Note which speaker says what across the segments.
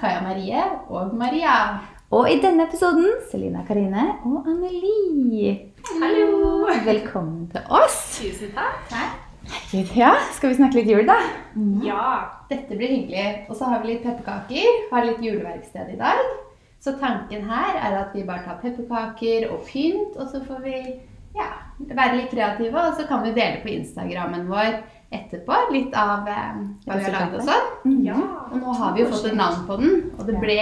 Speaker 1: Kaja Marie og Maria.
Speaker 2: Og i denne episoden Selina Karine og Anneli.
Speaker 3: Hallo!
Speaker 2: Velkommen til oss.
Speaker 3: Tusen takk.
Speaker 2: Herregud, ja. Skal vi snakke litt jul, da?
Speaker 3: Ja.
Speaker 1: Dette blir hyggelig. Og så har vi litt pepperkaker. Har litt juleverksted i dag. Så tanken her er at vi bare tar pepperkaker og pynt, og så får vi ja, være litt kreative. Og så kan vi dele på Instagrammen vår etterpå litt av eh, hva vi har lagd og sånn.
Speaker 3: ja.
Speaker 1: Og nå har vi jo fått et navn på den, og det ble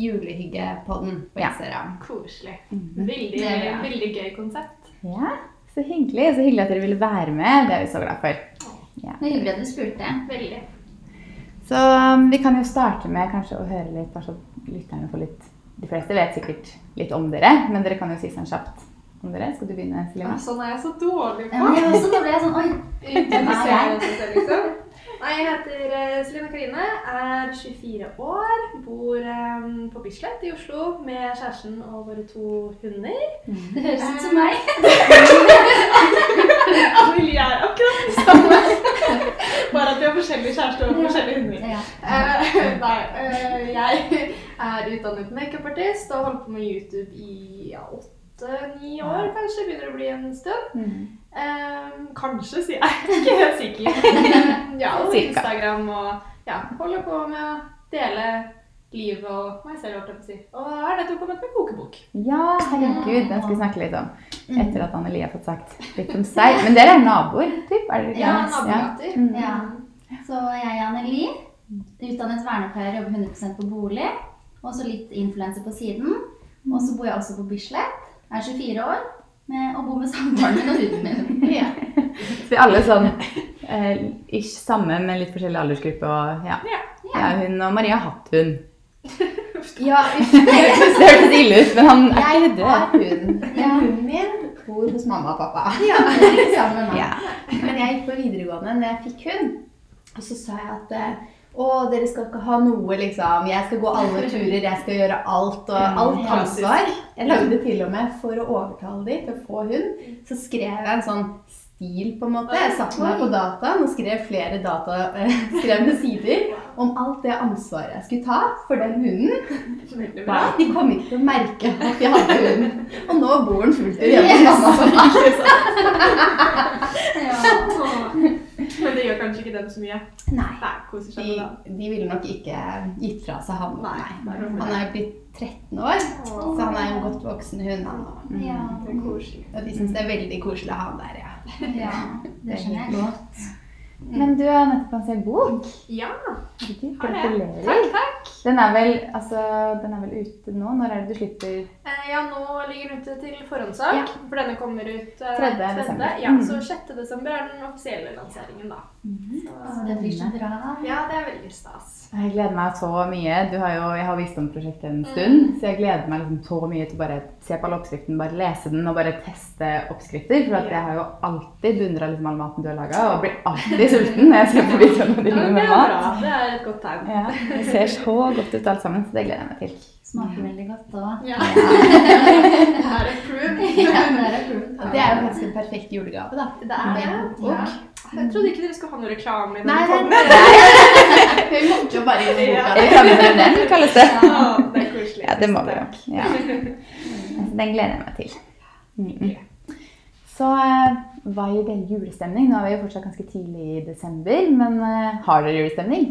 Speaker 1: julehyggepodden på
Speaker 2: Ja.
Speaker 1: Instagram.
Speaker 3: Koselig.
Speaker 4: Mm.
Speaker 2: Mhm.
Speaker 3: Veldig,
Speaker 1: Det er bra.
Speaker 3: veldig gøy konsept.
Speaker 2: Ja, så hyggelig. Så hyggelig at dere ville være med. Det er vi så glad for.
Speaker 4: Det er hyggelig at du spurte.
Speaker 3: Veldig.
Speaker 2: Så um, vi kan jo starte med kanskje å høre litt, bare så lytterne får litt De fleste vet sikkert litt om dere, men dere kan jo si sånn kjapt om dere. Skal du begynne, Selina?
Speaker 3: Sånn er jeg så dårlig
Speaker 4: Ja, men
Speaker 3: på.
Speaker 4: jeg også, da ble jeg sånn Oi.
Speaker 3: Introdusere seg selv, liksom. Nei, jeg heter eh, Selina Karine, er 24 år, bor eh, på Bislett i Oslo med kjæresten og våre to hunder.
Speaker 4: Det høres ut som meg.
Speaker 3: Amelie er akkurat det samme, bare at vi har forskjellig kjæreste og forskjellige hunder.
Speaker 4: Ja.
Speaker 3: Eh, nei, eh, jeg er utdannet makeupartist og har holdt på med YouTube i ja, åtte-ni år, kanskje. Begynner å bli en stund.
Speaker 2: Mm.
Speaker 3: Eh, kanskje, sier jeg. Ikke helt sikker. ja, og
Speaker 2: Cirka.
Speaker 3: Instagram og ja, holder på med å dele livet og meg selv, holdt jeg på å si. Og har nettopp kommet med kokebok.
Speaker 2: Ja, herregud, den skal vi snakke litt om. Etter at Anneli har fått sagt litt om seg. Men dere er naboer, typ? Er dere ikke
Speaker 3: Ja,
Speaker 4: Ja,
Speaker 2: det?
Speaker 3: nabogater.
Speaker 2: Mm.
Speaker 4: ja. Så jeg er Anneli. Utdannet vernepleier, jobber 100 på bolig. Og så litt influenser på siden. Og så bor jeg også på Bislett. Er 24 år med, og bor med samboeren min og huden min.
Speaker 1: Ja.
Speaker 2: Så vi er alle sånn eh, ish samme, men litt forskjellig aldersgruppe og ja.
Speaker 3: Ja.
Speaker 2: ja. Hun og Maria har hatt hund.
Speaker 1: Ja,
Speaker 2: Det hørtes ille ut, men han er
Speaker 1: Jeg
Speaker 2: ikke
Speaker 1: har
Speaker 2: død.
Speaker 1: hund. Men hunden min bor hos mamma og pappa. Sammen med meg.
Speaker 2: Ja.
Speaker 1: Men jeg gikk på videregående når jeg fikk hund. Og så sa jeg at eh, å, dere skal ikke ha noe, liksom. Jeg skal gå alle turer, jeg skal gjøre
Speaker 2: Mm,
Speaker 1: alt og alt
Speaker 3: klassisk.
Speaker 1: ansvar. Jeg lagde til og med, for å overtale de til å få hund, så skrev jeg en sånn stil, på en måte. Jeg satte meg på dataen og skrev flere data, skrevne sider om alt det ansvaret jeg skulle ta for den hunden.
Speaker 3: Veldig bra.
Speaker 1: Nei, de kom ikke til å merke at vi hadde hunden. Og nå bor den fullt Altså. ut hjemme hos mamma. og pappa.
Speaker 4: Ja.
Speaker 3: Men det gjør kanskje ikke dem så mye.
Speaker 1: Nei,
Speaker 3: Nei, koser seg
Speaker 1: de,
Speaker 3: med det.
Speaker 1: de ville nok ikke gitt fra seg han.
Speaker 3: Nei, det er noe med
Speaker 1: Han er jo blitt 13 år, så han er jo en godt voksen hund. Han. også.
Speaker 4: Ja.
Speaker 3: Det er koselig.
Speaker 1: Og de syns det er veldig koselig å ha han der, ja.
Speaker 4: ja. Det skjønner jeg godt.
Speaker 2: Men du har nettopp lansert bok.
Speaker 3: Ja.
Speaker 2: Herregud,
Speaker 3: Har det.
Speaker 2: Gratulerer.
Speaker 3: Takk, takk.
Speaker 2: Den er, vel, altså, den er vel ute nå? Når er det du slipper
Speaker 3: Eh, Ja, nå ligger den ute til forhåndssalg,
Speaker 2: Ja.
Speaker 3: for denne kommer ut eh,
Speaker 2: Tredje
Speaker 3: tredje.
Speaker 2: desember.
Speaker 3: Ja,
Speaker 2: Mm. Mm-hmm.
Speaker 3: så 6. desember er den offisielle lanseringen, da.
Speaker 2: Ah,
Speaker 4: Så det blir så bra.
Speaker 3: Ja, det er veldig stas.
Speaker 2: Jeg gleder meg så mye. Du har jo, jeg har visst om prosjektet en stund,
Speaker 3: Mm.
Speaker 2: så jeg gleder meg liksom så mye til å bare se på alle oppskriften, bare lese den og bare teste oppskrifter. For at jeg har jo alltid beundra liksom all maten du har laga, og blir alltid sulten når jeg ser på videoene
Speaker 3: Ja,
Speaker 2: dine
Speaker 3: men det
Speaker 2: med
Speaker 3: er
Speaker 2: mat.
Speaker 3: bra. Det er et godt tegn.
Speaker 2: Ja, det ser så godt ut alt sammen, så det gleder jeg meg til.
Speaker 4: Smaker veldig godt òg.
Speaker 3: Ja. det er et proof.
Speaker 4: Ja, det er approved.
Speaker 1: Og det er jo faktisk en perfekt julegave, da.
Speaker 3: Det er
Speaker 1: Med en
Speaker 3: det.
Speaker 1: kokebok.
Speaker 3: Ja. Jeg trodde ikke dere skulle ha noe reklame i
Speaker 1: Nei,
Speaker 3: denne
Speaker 1: nei,
Speaker 3: podden.
Speaker 1: nei. Vi måtte jo bare gi boka.
Speaker 3: Ja.
Speaker 2: Det kalles det den, kalles det.
Speaker 3: Å, Det er koselig.
Speaker 2: Ja, det må vi jo.
Speaker 3: Takk.
Speaker 2: Ja. Så Den gleder jeg meg til. Mm. Så eh, hva gir dere julestemning? Nå er vi jo fortsatt ganske tidlig i desember, men eh, har dere julestemning?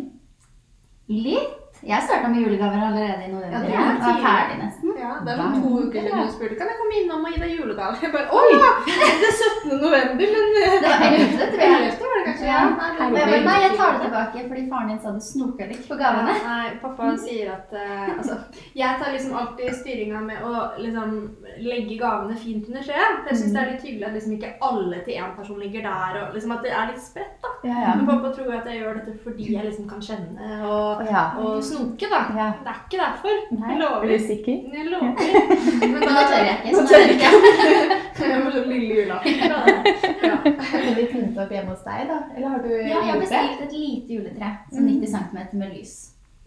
Speaker 4: Litt. Jeg starta med julegaver allerede i
Speaker 3: Ja,
Speaker 4: november.
Speaker 3: det er
Speaker 4: Ja, jeg var
Speaker 3: tidlig.
Speaker 4: ferdig nesten.
Speaker 3: Ja, det var to uker siden du spurte kan jeg komme innom og gi deg julegave. Jeg bare, Å ja! Det er 17. november, men eh,
Speaker 4: Det var 11., tror jeg.
Speaker 3: 11. var det kanskje?
Speaker 4: Ja.
Speaker 3: Nei,
Speaker 4: Og jeg bare, nei, jeg tar det tilbake, fordi faren din sa du snoka litt på gavene.
Speaker 3: Ja, Nei, pappa sier at eh, altså, Jeg tar liksom alltid styringa med å liksom, legge gavene fint under treet. Jeg syns det er litt hyggelig at liksom ikke alle til én person ligger der, og liksom at det er litt spredt. da.
Speaker 2: Ja,
Speaker 3: Men pappa tror at jeg gjør dette fordi jeg liksom kan kjenne og,
Speaker 2: ja.
Speaker 3: og snoke, da.
Speaker 2: Ja.
Speaker 3: Det er ikke derfor.
Speaker 2: Nei,
Speaker 3: Jeg
Speaker 2: er
Speaker 3: lover.
Speaker 2: du sikker?
Speaker 3: Jeg lover. Men
Speaker 4: Men det tør jeg ikke.
Speaker 3: Nå
Speaker 4: Så
Speaker 3: tør jeg
Speaker 4: det
Speaker 3: ikke. Det var sånn lille julaften. da. Ja.
Speaker 1: Kan vi pynte opp hjemme hos deg, da? Eller har du
Speaker 4: ja, jeg
Speaker 1: gjort det?
Speaker 4: bestilte et lite juletre, sånn
Speaker 2: Mm.
Speaker 4: 90 cm med lys.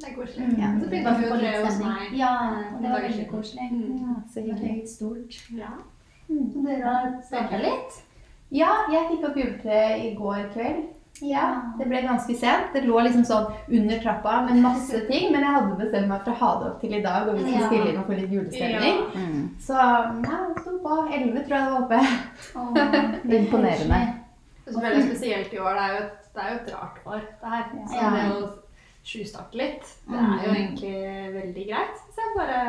Speaker 3: Det er koselig.
Speaker 4: Ja,
Speaker 3: Så begynte
Speaker 4: bare
Speaker 3: vi
Speaker 4: for å
Speaker 3: å
Speaker 4: få
Speaker 3: tre
Speaker 4: litt
Speaker 3: hos
Speaker 4: stemning.
Speaker 3: meg.
Speaker 4: Ja,
Speaker 3: for noen
Speaker 4: og det
Speaker 3: sånn
Speaker 4: var
Speaker 3: eh, dager
Speaker 4: veldig
Speaker 3: siden.
Speaker 4: koselig.
Speaker 3: Mm.
Speaker 2: Ja, så
Speaker 4: Det var
Speaker 2: hyggelig.
Speaker 4: høyt, stort.
Speaker 3: Ja.
Speaker 4: Dere har starta litt?
Speaker 1: Ja, jeg fikk opp juletre i går kveld. Ja, det ble ganske sent. Det lå liksom sånn under trappa med masse ting, men jeg hadde bestemt meg for å ha det opp til i dag, og vi skulle
Speaker 4: Ja.
Speaker 1: stille inn og få litt julestemning.
Speaker 2: Mm.
Speaker 1: Så ja, det sto på. 11 tror jeg det var oppe.
Speaker 4: Åh,
Speaker 2: Imponerende.
Speaker 3: Og så føler jeg spesielt i år, det er jo et, det er jo et rart år, det her. Så
Speaker 4: Ja.
Speaker 3: det å tjuvstarte litt, det er jo egentlig veldig greit. Så jeg bare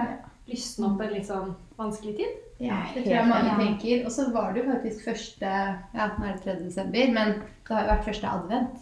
Speaker 3: lysne opp en litt sånn vanskelig tid.
Speaker 1: Ja, det
Speaker 2: helt
Speaker 1: tror jeg mange
Speaker 4: enig.
Speaker 1: tenker. Og så var det jo faktisk første Ja, nå er det 3. desember, men det har jo vært første advent.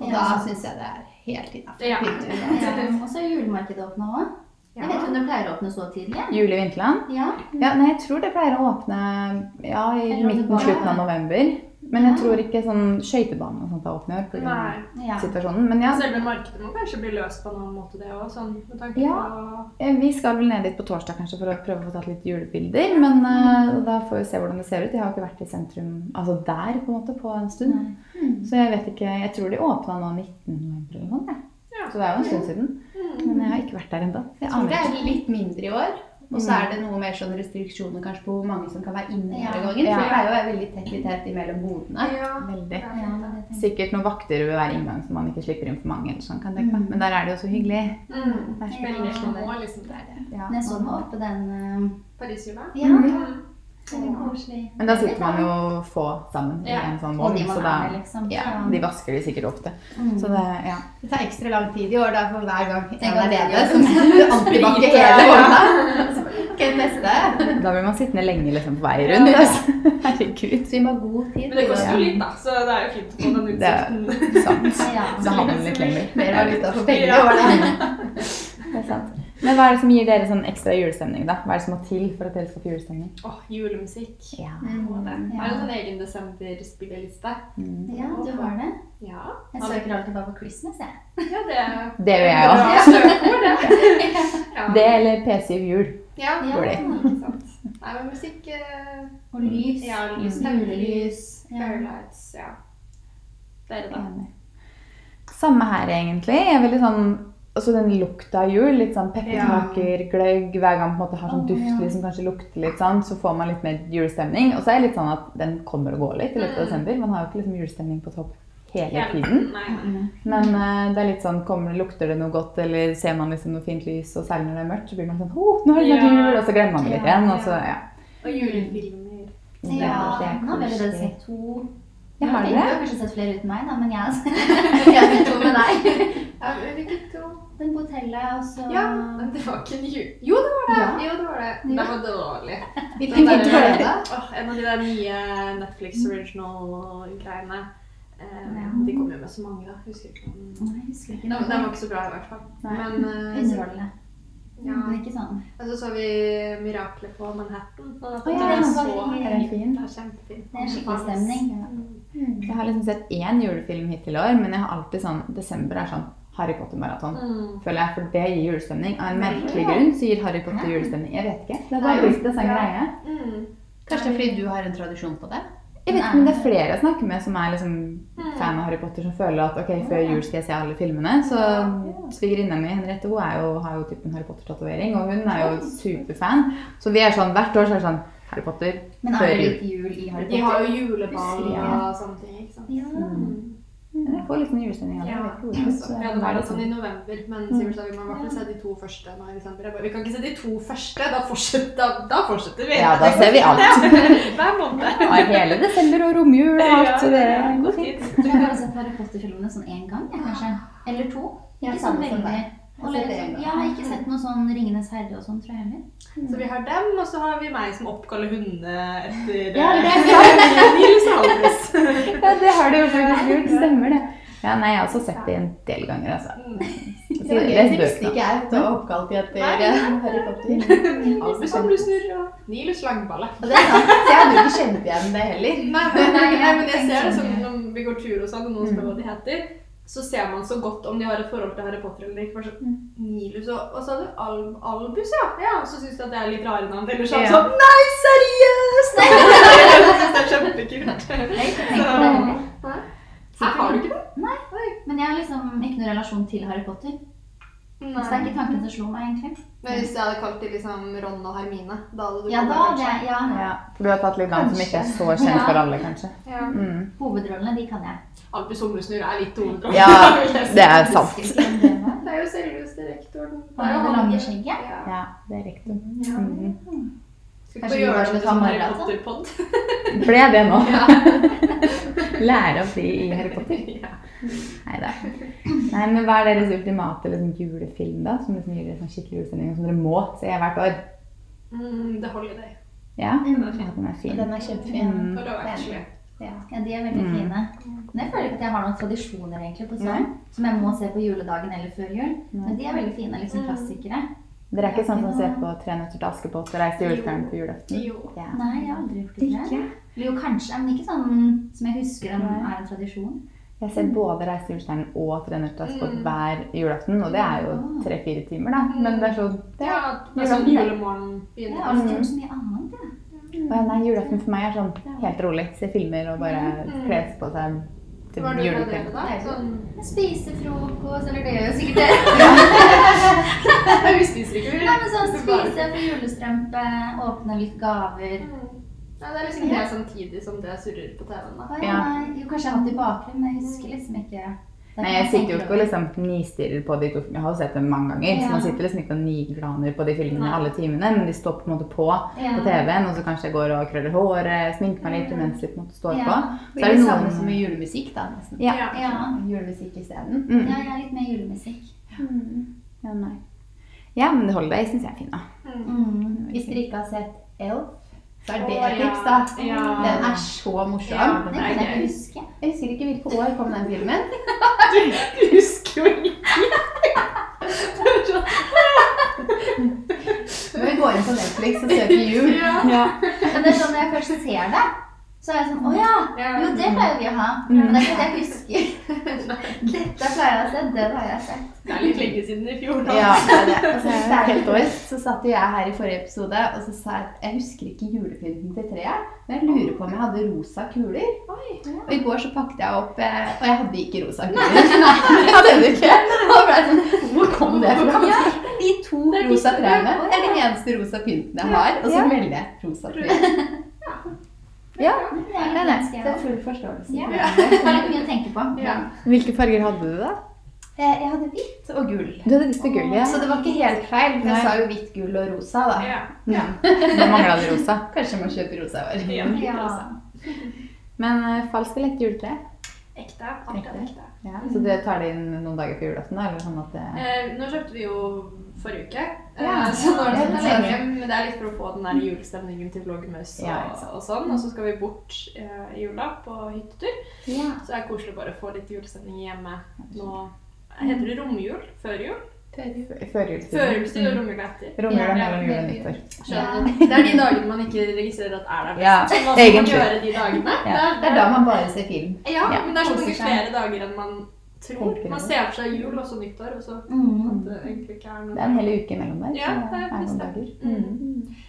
Speaker 1: Og
Speaker 4: Ja.
Speaker 1: da syns jeg det er helt innafor.
Speaker 3: Ja.
Speaker 4: Ja. Og så er julemarkedet åpna òg. Jeg vet
Speaker 3: Ja.
Speaker 4: ikke om det pleier å åpne så tidlig.
Speaker 2: Julie Vinterland?
Speaker 4: Ja.
Speaker 2: Ja, nei, jeg tror det pleier å åpne ja, i
Speaker 4: Eller om det
Speaker 2: midten,
Speaker 4: bare-
Speaker 2: slutten av november. Men jeg
Speaker 4: Ja.
Speaker 2: tror ikke sånn skøytebane og sånt da åpner på grunn av
Speaker 3: Nei. Altså-
Speaker 4: ja.
Speaker 2: situasjonen. Men ja,
Speaker 3: Selve markedet må kanskje bli løst på en annen måte, det òg. Sånn, med tanke
Speaker 2: Ja.
Speaker 3: på
Speaker 2: eh, vi skal vel ned dit på torsdag kanskje for å prøve å få tatt litt julebilder. Men eh, da får vi se hvordan det ser ut. Jeg har jo ikke vært i sentrum altså der på en måte på en stund.
Speaker 4: Nei.
Speaker 2: Så jeg vet ikke Jeg tror de åpna nå 19. november eller noe sånt. jeg.
Speaker 3: Ja.
Speaker 2: Så det er jo en stund siden.
Speaker 3: mm.
Speaker 2: Men jeg har ikke vært der ennå. Jeg
Speaker 1: Jeg tror
Speaker 2: aner
Speaker 1: det
Speaker 2: ikke.
Speaker 1: er litt mindre i år. Og så er det noe mer sånn restriksjoner kanskje på hvor mange som kan være inne
Speaker 4: Ja.
Speaker 1: hele gangen. For
Speaker 2: Ja.
Speaker 1: det pleier jo å være veldig tett i tett imellom bodene.
Speaker 3: Ja.
Speaker 2: Veldig.
Speaker 4: Ja, det er det jeg tenker.
Speaker 2: Sikkert noen vakter ved hver inngang så man ikke slipper inn for mange. eller sånn kan jeg tenke meg. Men der er det jo så hyggelig.
Speaker 3: Mm.
Speaker 2: Der.
Speaker 3: Veldig små, liksom. Det er det.
Speaker 4: Men jeg så meg oppe den eh,
Speaker 3: Parisjula.
Speaker 4: Ja,
Speaker 3: Mm.
Speaker 4: veldig koselig.
Speaker 2: Men da sitter man jo få sammen i
Speaker 3: Ja.
Speaker 2: en sånn
Speaker 4: Og
Speaker 2: vogn,
Speaker 4: de man
Speaker 2: så
Speaker 4: er
Speaker 2: da
Speaker 4: med, liksom.
Speaker 1: Ja,
Speaker 2: De vasker de sikkert ofte.
Speaker 4: Mm.
Speaker 2: Så det, ja.
Speaker 1: Det tar ekstra lang tid i år, da, for hver gang
Speaker 4: Tenk
Speaker 1: en er
Speaker 4: at det
Speaker 1: nede,
Speaker 4: gjør
Speaker 1: så må du antibac i hele hånda. Ok, neste.
Speaker 2: Da blir man sittende lenge liksom, på vei rundt. Altså. Herregud.
Speaker 1: Så vi må ha god tid.
Speaker 3: Men det koster jo
Speaker 1: til å-
Speaker 3: litt, da, så det er jo fint å få den
Speaker 2: Det er
Speaker 3: utsikten.
Speaker 2: sant.
Speaker 4: Ja.
Speaker 2: Da har man litt lenger.
Speaker 1: Mer valuta for penger.
Speaker 3: Ja.
Speaker 1: var det.
Speaker 2: Det er sant. Men hva er det som gir dere sånn ekstra julestemning, da? Hva er det som må til for at dere skal få julestemning?
Speaker 3: Åh, julemusikk.
Speaker 2: Ja.
Speaker 3: Jeg har en
Speaker 4: Ja.
Speaker 3: sånn egen desember-spilleliste.
Speaker 2: Mm.
Speaker 4: ja, du har det.
Speaker 3: Ja.
Speaker 4: Jeg søker alltid bare på Christmas, jeg.
Speaker 3: Ja, det
Speaker 2: Det gjør jeg òg.
Speaker 3: Bra søkeord, det. Ja.
Speaker 2: Det eller P7 jul.
Speaker 3: Ja, Mm,
Speaker 4: Ja.
Speaker 3: ikke sant. Nei, men musikk eh,
Speaker 4: Og lys.
Speaker 3: Ja, lys.
Speaker 4: Julelys. Ja.
Speaker 3: Fairlights, ja. Dere, da?
Speaker 2: Enig. Samme her, egentlig. Jeg er veldig sånn Altså den lukta av jul. Litt sånn pepperkaker, gløgg. Hver gang på en måte har sånn
Speaker 4: Å,
Speaker 2: duft
Speaker 4: ja.
Speaker 2: liksom, kanskje lukter litt sånn, så får man litt mer julestemning. Og så er jeg litt sånn at den kommer og går litt i løpet av
Speaker 3: Mm.
Speaker 2: desember. Man har jo ikke liksom julestemning på topp hele
Speaker 3: Hele
Speaker 2: tiden.
Speaker 3: Nei.
Speaker 4: Mm.
Speaker 2: Men eh, det er litt sånn kommer, Lukter det noe godt, eller ser man liksom noe fint lys, og særlig når det er mørkt, så blir man sånn oh, nå er det snart
Speaker 3: Ja.
Speaker 2: jul, og så glemmer man det litt
Speaker 4: Ja,
Speaker 2: igjen.
Speaker 3: ja.
Speaker 2: Og så, ja.
Speaker 3: Og julefilmer.
Speaker 2: Det
Speaker 4: Ja,
Speaker 2: er- det er
Speaker 4: nå har vi allerede
Speaker 2: koselig.
Speaker 4: sett to.
Speaker 2: Ja, har
Speaker 4: Jeg
Speaker 2: dere?
Speaker 4: har kanskje sett flere uten meg, da, men jeg har sett- jeg har sett to med deg.
Speaker 3: Ja, hvilket to?
Speaker 4: Den på hotellet, og så
Speaker 3: Ja, men det var ikke en jul... Jo, det var det! Jo, det var det. Ah. Det var dårlig.
Speaker 1: Hvilken
Speaker 3: Den
Speaker 1: film
Speaker 3: der-
Speaker 1: var det, da?
Speaker 3: Åh, en av de der nye Netflix original-greiene. Eh,
Speaker 4: Ja.
Speaker 3: De kom jo med så mange, da. Husker ikke om
Speaker 4: Nei, jeg husker ikke.
Speaker 3: Den den var ikke så bra, i hvert fall.
Speaker 4: Nei.
Speaker 3: Men eh, så-
Speaker 4: Underholdende.
Speaker 3: ja.
Speaker 4: Men ikke sånn.
Speaker 3: Og så så vi 'Miraklet på Manhattan'. Og
Speaker 2: Å,
Speaker 3: den
Speaker 2: ja,
Speaker 3: er
Speaker 2: den
Speaker 3: så
Speaker 4: var
Speaker 2: Er den fin?
Speaker 3: Det er kjempefin.
Speaker 4: Det er skikkelig stemning.
Speaker 3: Mm.
Speaker 2: Jeg har liksom sett én julefilm hittil i år, men jeg har alltid sånn Desember er sånn Harry Potter-maraton.
Speaker 3: Mm.
Speaker 2: Føler jeg, For det gir julestemning. Av en merkelig grunn så gir Harry Potter julestemning. Jeg vet ikke. Det er bare
Speaker 3: Nei.
Speaker 2: blitt en sånn
Speaker 3: Ja.
Speaker 2: greie.
Speaker 3: Mm.
Speaker 1: Kanskje det er fordi du har en tradisjon på det?
Speaker 2: Jeg vet ikke om det er flere jeg snakker med som er liksom
Speaker 3: Hmm.
Speaker 2: fan av Harry Potter, som føler at ok, før jul skal jeg se alle filmene. Så svigerinna mi Henriette hun er jo, har jo typ en Harry Potter-tatovering, og hun er jo superfan. Så vi er sånn hvert år så er det sånn Harry Potter
Speaker 4: Men er
Speaker 2: før
Speaker 4: det
Speaker 2: jul.
Speaker 4: litt jul i Harry
Speaker 3: De
Speaker 4: Potter?
Speaker 3: har jo juleball
Speaker 2: Ja.
Speaker 3: og sånne ting. ikke sant?
Speaker 4: Ja.
Speaker 3: Mm.
Speaker 2: Men Jeg får litt sånn julestemning av det.
Speaker 3: Ja,
Speaker 2: jeg vet ikke hvorfor,
Speaker 3: altså,
Speaker 2: så
Speaker 3: vi
Speaker 2: jeg
Speaker 3: hadde
Speaker 2: er
Speaker 3: vært
Speaker 2: litt
Speaker 3: sånn
Speaker 2: sånn-
Speaker 3: i november, men Sivert sa vi må i hvert fall se de to første nå i desember. Jeg bare, vi kan ikke se de to første, da fortsetter, da, da fortsetter vi.
Speaker 2: Ja, da ser vi alt.
Speaker 3: Hver måned.
Speaker 2: Ja, hele desember og romjul og alt, så det
Speaker 3: Ja,
Speaker 2: går
Speaker 3: god
Speaker 2: fint.
Speaker 3: tid.
Speaker 4: Jeg har bare sett Harry Potter-filmene sånn én gang, jeg, kanskje. Eller to.
Speaker 1: Ja,
Speaker 4: Ikke sånn
Speaker 1: samme som
Speaker 4: veldig.
Speaker 1: deg. Jeg
Speaker 4: Og
Speaker 1: har sett det en
Speaker 4: liksom,
Speaker 1: gang.
Speaker 4: ja, ikke sett noe sånn 'Ringenes herre' og sånn, tror jeg heller.
Speaker 3: Så vi har dem, og så har vi meg som oppkaller hundene etter eh,
Speaker 2: Ja, det er
Speaker 3: Nils Halvus.
Speaker 2: Ja, det har du jo faktisk gjort. Stemmer det. Ja, nei, jeg har også sett det en del ganger, altså.
Speaker 3: Mm.
Speaker 1: Det var gøy.
Speaker 2: Les
Speaker 1: Det visste
Speaker 2: bøkene.
Speaker 1: ikke jeg. Det var oppkalt etter
Speaker 3: Nei,
Speaker 1: eh, Harry Potter.
Speaker 3: Albus og Blusner og Nilus Langballe.
Speaker 1: Og det er sant. Så jeg hadde jo ikke kjent igjen det heller.
Speaker 3: Nei, men, nei, nei, men jeg
Speaker 4: Tenk
Speaker 3: ser det
Speaker 4: sånn,
Speaker 3: sånn når vi går tur og sånn, og noen spør hva de heter, så ser man så godt om de har et forhold til Harry Potter eller ikke. For sånn,
Speaker 4: Mm.
Speaker 3: Nilus og Og så hadde du Al Albus, ja. ja. Og så syns de at det er litt rare navn. Eller sånn,
Speaker 2: Ja.
Speaker 3: sånn Nei, seriøst! Jeg synes det er kjempekult.
Speaker 4: Jeg har ikke tenkt på det heller.
Speaker 3: Her har du ikke det?
Speaker 4: Men jeg har liksom ikke noen relasjon til Harry Potter. Så det er ikke tanken som slo meg, egentlig.
Speaker 3: Men hvis jeg hadde kalt dem liksom Ron og Hermine, da hadde du
Speaker 4: Ja, da
Speaker 3: kalt dem
Speaker 4: hadde jeg ja,
Speaker 2: Ja, for du har tatt litt navn som ikke er så kjent for alle, kanskje.
Speaker 3: Ja.
Speaker 2: Mm.
Speaker 4: Hovedrollene, de kan jeg.
Speaker 3: Albus Humlesnurr er litt overdrevet.
Speaker 2: Ja, det er
Speaker 4: Jeg
Speaker 2: sant.
Speaker 4: husker ikke hvem det var.
Speaker 3: Det er jo selveste rektoren.
Speaker 4: Han med det lange skjegget?
Speaker 3: Ja.
Speaker 2: Ja, det er riktig.
Speaker 3: Ja.
Speaker 2: Mm.
Speaker 3: Skal
Speaker 4: Kanskje
Speaker 3: ikke
Speaker 4: vi bare
Speaker 3: gjøre
Speaker 4: skulle
Speaker 3: det
Speaker 4: ta
Speaker 3: som Harry
Speaker 4: Marat, da?
Speaker 3: Potter-pod.
Speaker 2: Ble det nå? Lære å bli i Harry Potter? Nei da. Nei, men hva er deres ultimate liksom, julefilm, da? Som liksom gir dere sånn skikkelig julestemning, og som dere må se hvert år?
Speaker 3: Mm, The Holiday.
Speaker 2: Ja?
Speaker 4: Mm.
Speaker 2: Ja, den er fin.
Speaker 1: Den er kjempefin.
Speaker 2: Mm.
Speaker 3: For det var actually.
Speaker 1: Ja.
Speaker 4: Ja, de er veldig
Speaker 2: Mm.
Speaker 4: fine. Men jeg føler ikke at jeg har noen tradisjoner egentlig på
Speaker 2: Nei.
Speaker 4: sånn, som jeg må se på juledagen eller før jul.
Speaker 2: Nei.
Speaker 4: Men de er veldig fine liksom klassikere.
Speaker 2: Dere er ikke sånn som ser på 'Tre nøtter til Askepott' og 'Reis til julestjernen' på julaften?
Speaker 3: Jo.
Speaker 2: Ja.
Speaker 4: Nei, jeg har aldri gjort det. tror jeg.
Speaker 2: Ikke?
Speaker 4: Jo, kanskje, men ikke sånn som jeg husker om
Speaker 2: Nei.
Speaker 4: er en tradisjon.
Speaker 2: Jeg ser både 'Reis til julestjernen' og 'Tre nøtter til Askepott'
Speaker 3: Mm.
Speaker 2: hver julaften, og det er jo
Speaker 4: Ah.
Speaker 2: tre-fire timer, da. Men det er sånn
Speaker 3: Ja,
Speaker 2: ja.
Speaker 3: det er sånn
Speaker 2: Julaften.
Speaker 3: julemorgen
Speaker 4: Jeg
Speaker 3: begynner.
Speaker 4: har aldri gjort så mye annet. jeg.
Speaker 2: Å, Nei, julaften for meg er sånn helt rolig. Se filmer og bare
Speaker 3: Mm.
Speaker 2: kles på seg til
Speaker 3: Hva er det du har drevet
Speaker 2: julekveld.
Speaker 3: da? Sånn,
Speaker 4: Jeg spiser frokost, eller det gjør jo sikkert dere.
Speaker 3: Nei, vi spiser ikke, vi.
Speaker 4: Nei, men sånn
Speaker 3: Vi bare-
Speaker 4: spiser jeg på julestrømpe, åpner litt gaver.
Speaker 3: Mm. Nei, det er liksom helt samtidig som det surrer på TV-en da.
Speaker 4: Å, ja,
Speaker 2: Ja.
Speaker 4: nei, Jo, kanskje jeg har hatt det i bakgrunnen, men jeg husker liksom ikke. Det er
Speaker 2: Nei,
Speaker 4: ikke
Speaker 2: jeg sitter jo
Speaker 4: tenker
Speaker 2: ikke og liksom nistirrer på de to filmene. Jeg har jo sett dem mange ganger. Så man
Speaker 4: Ja.
Speaker 2: sitter liksom ikke og niglaner på de filmene
Speaker 3: Nei. Mm.
Speaker 2: alle timene, men de står på en måte på
Speaker 4: Ja.
Speaker 2: på TV-en, og så kanskje jeg går og krøller håret, sminker meg litt mens de på en måte står
Speaker 4: Ja.
Speaker 2: på.
Speaker 1: Så er det samme som med julemusikk, da, nesten.
Speaker 2: Ja.
Speaker 3: Ja.
Speaker 4: Ja.
Speaker 1: Julemusikk isteden.
Speaker 2: Mm.
Speaker 4: ja, jeg er litt mer julemusikk.
Speaker 2: Ja, nei. Ja, men The Holiday syns jeg er fin, da.
Speaker 3: Mm.
Speaker 4: Mm.
Speaker 1: Hvis dere ikke har sett Elf, så er det
Speaker 3: Å,
Speaker 1: et
Speaker 3: ja.
Speaker 1: tips, da.
Speaker 3: Ja.
Speaker 1: Den er så
Speaker 3: Ja.
Speaker 1: morsom.
Speaker 4: Det kan jeg ikke huske.
Speaker 1: Jeg husker ikke hvilket år kom den filmen.
Speaker 3: Du husker jo ikke.
Speaker 1: Men vi går inn på Netflix og søker jul.
Speaker 3: Ja.
Speaker 4: Men det er sånn når jeg først ser det, så er jeg sånn Å ja!
Speaker 3: Ja.
Speaker 4: Jo, det pleier vi å ha. Men det er ikke det jeg husker. Dette pleier jeg å se, det har jeg sett.
Speaker 3: Det er litt lenge siden i fjor da.
Speaker 2: Ja.
Speaker 1: Det er det. Og så,
Speaker 2: Det er et helt år.
Speaker 1: så satt jo jeg her i forrige episode og så sa jeg at jeg husker ikke julepynten til treet, men jeg lurer på om jeg hadde rosa kuler.
Speaker 3: Oi.
Speaker 1: Og i går så pakket jeg opp, eh, og jeg hadde ikke rosa kuler. Nei, det hadde du ikke. Og da ble jeg sånn, hvor kom det fra? De to
Speaker 3: Det er de
Speaker 1: rosa
Speaker 3: som-
Speaker 1: trærne
Speaker 3: Å, ja.
Speaker 1: er den eneste rosa pynten jeg har, og så
Speaker 2: Ja.
Speaker 1: melder jeg rosa trær.
Speaker 2: Ja.
Speaker 4: Det er
Speaker 2: Det er det.
Speaker 1: Så
Speaker 4: litt vanskelig, ja.
Speaker 1: jeg har full forståelse.
Speaker 4: Ja.
Speaker 1: for
Speaker 4: Det
Speaker 1: det.
Speaker 4: er litt mye å tenke på.
Speaker 3: Ja.
Speaker 2: Hvilke farger hadde du, da?
Speaker 1: Eh, Jeg hadde hvitt og gull.
Speaker 2: Du hadde lyst til gull, ja.
Speaker 1: Så det var ikke helt feil. for
Speaker 2: Nei.
Speaker 1: Jeg sa jo hvitt, gull og rosa, da.
Speaker 3: Ja.
Speaker 2: Ja. Da mangla det rosa.
Speaker 1: Kanskje man kjøper rosa i år.
Speaker 3: Ja.
Speaker 4: Ja.
Speaker 2: Men eh, falsk eller ekte juletre?
Speaker 3: Ekte. Alt er ekte.
Speaker 2: Ja. Så du tar det inn noen dager før julaften, da? Eller sånn at det...
Speaker 3: Eh, nå kjøpte vi jo forrige uke, eh,
Speaker 2: Ja.
Speaker 3: så nå er det
Speaker 2: Ja,
Speaker 3: sånn
Speaker 2: det er
Speaker 3: lenge. Men det er litt for å få den der julestemningen til vloggmus og,
Speaker 2: Ja, ikke sant.
Speaker 3: og sånn. Og så skal vi bort eh, i jula på hyttetur.
Speaker 4: Ja.
Speaker 3: Så det er koselig å bare få litt julestemning hjemme nå. Heter det romjul? Før jul? Før
Speaker 2: Førjulstid.
Speaker 3: julstid og romjul etter.
Speaker 2: Mm. Romjula
Speaker 3: Ja.
Speaker 2: mellom jul og nyttår.
Speaker 3: Skjønner. Det er de dagene man ikke registrerer at er der. liksom.
Speaker 2: Ja,
Speaker 3: Så hva skal man
Speaker 2: egentlig.
Speaker 3: gjøre de dagene?
Speaker 1: Det er da man bare ser film.
Speaker 3: ja,
Speaker 2: Ja.
Speaker 3: men det er så mange
Speaker 4: Koser seg.
Speaker 3: flere dager enn man tror.
Speaker 2: Tenker
Speaker 3: Man
Speaker 2: det.
Speaker 3: ser for seg jul og så nyttår, og så at
Speaker 4: Mm.
Speaker 3: det egentlig ikke er noe
Speaker 2: Det er en hel uke imellom der. så
Speaker 3: Ja, det er
Speaker 2: er noen
Speaker 3: faktisk
Speaker 2: dager.
Speaker 3: det. Mm.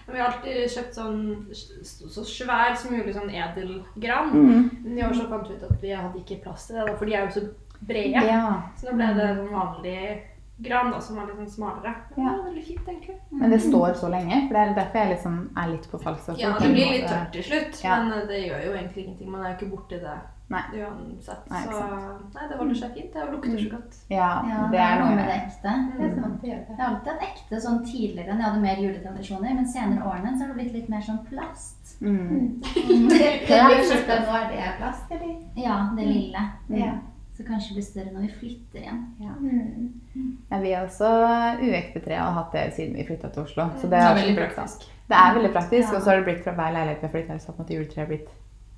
Speaker 3: Men Vi har alltid kjøpt sånn s- så svær som mulig sånn edelgran.
Speaker 2: Mm.
Speaker 3: Men i år så fant vi ut at vi hadde ikke plass til det, da, for de er jo så brede.
Speaker 2: Ja. Mm.
Speaker 3: Så nå ble det sånn vanlig gran da, som var litt sånn smalere. Men
Speaker 2: Ja.
Speaker 3: det var veldig fint, egentlig.
Speaker 2: Men det står så lenge, for det er derfor jeg liksom er litt på falsk. også,
Speaker 3: Ja,
Speaker 2: på
Speaker 3: det
Speaker 2: en
Speaker 3: blir litt
Speaker 2: måte.
Speaker 3: tørt til slutt,
Speaker 2: Ja.
Speaker 3: men eh, det gjør jo egentlig ingenting. Man er jo ikke borti det
Speaker 2: Nei.
Speaker 3: uansett.
Speaker 2: Nei, ikke Mm.
Speaker 3: Så nei, det holder seg fint. Det lukter så godt. Mm.
Speaker 2: Ja,
Speaker 4: ja,
Speaker 2: det er noe
Speaker 4: med det
Speaker 2: med
Speaker 4: ekte.
Speaker 1: Det er sant, det gjør det.
Speaker 4: Jeg har alltid hatt ekte sånn tidligere enn jeg hadde mer juletradisjoner, men senere årene så har det blitt litt mer sånn plast.
Speaker 2: Mm.
Speaker 1: Det Mm. er litt skjønt at nå er det plast, eller?
Speaker 4: Ja, det lille.
Speaker 1: Ja.
Speaker 4: Så kanskje det blir større når vi flytter igjen.
Speaker 2: Ja, vi er også uekte tre og har hatt det siden vi flytta til Oslo. Så det
Speaker 3: Så
Speaker 2: er,
Speaker 3: veldig
Speaker 2: veldig praktisk.
Speaker 3: praktisk.
Speaker 2: Det er veldig praktisk,
Speaker 4: Ja.
Speaker 2: Og så har det blitt fra hver leilighet vi har flytta, så på en måte juletreet har blitt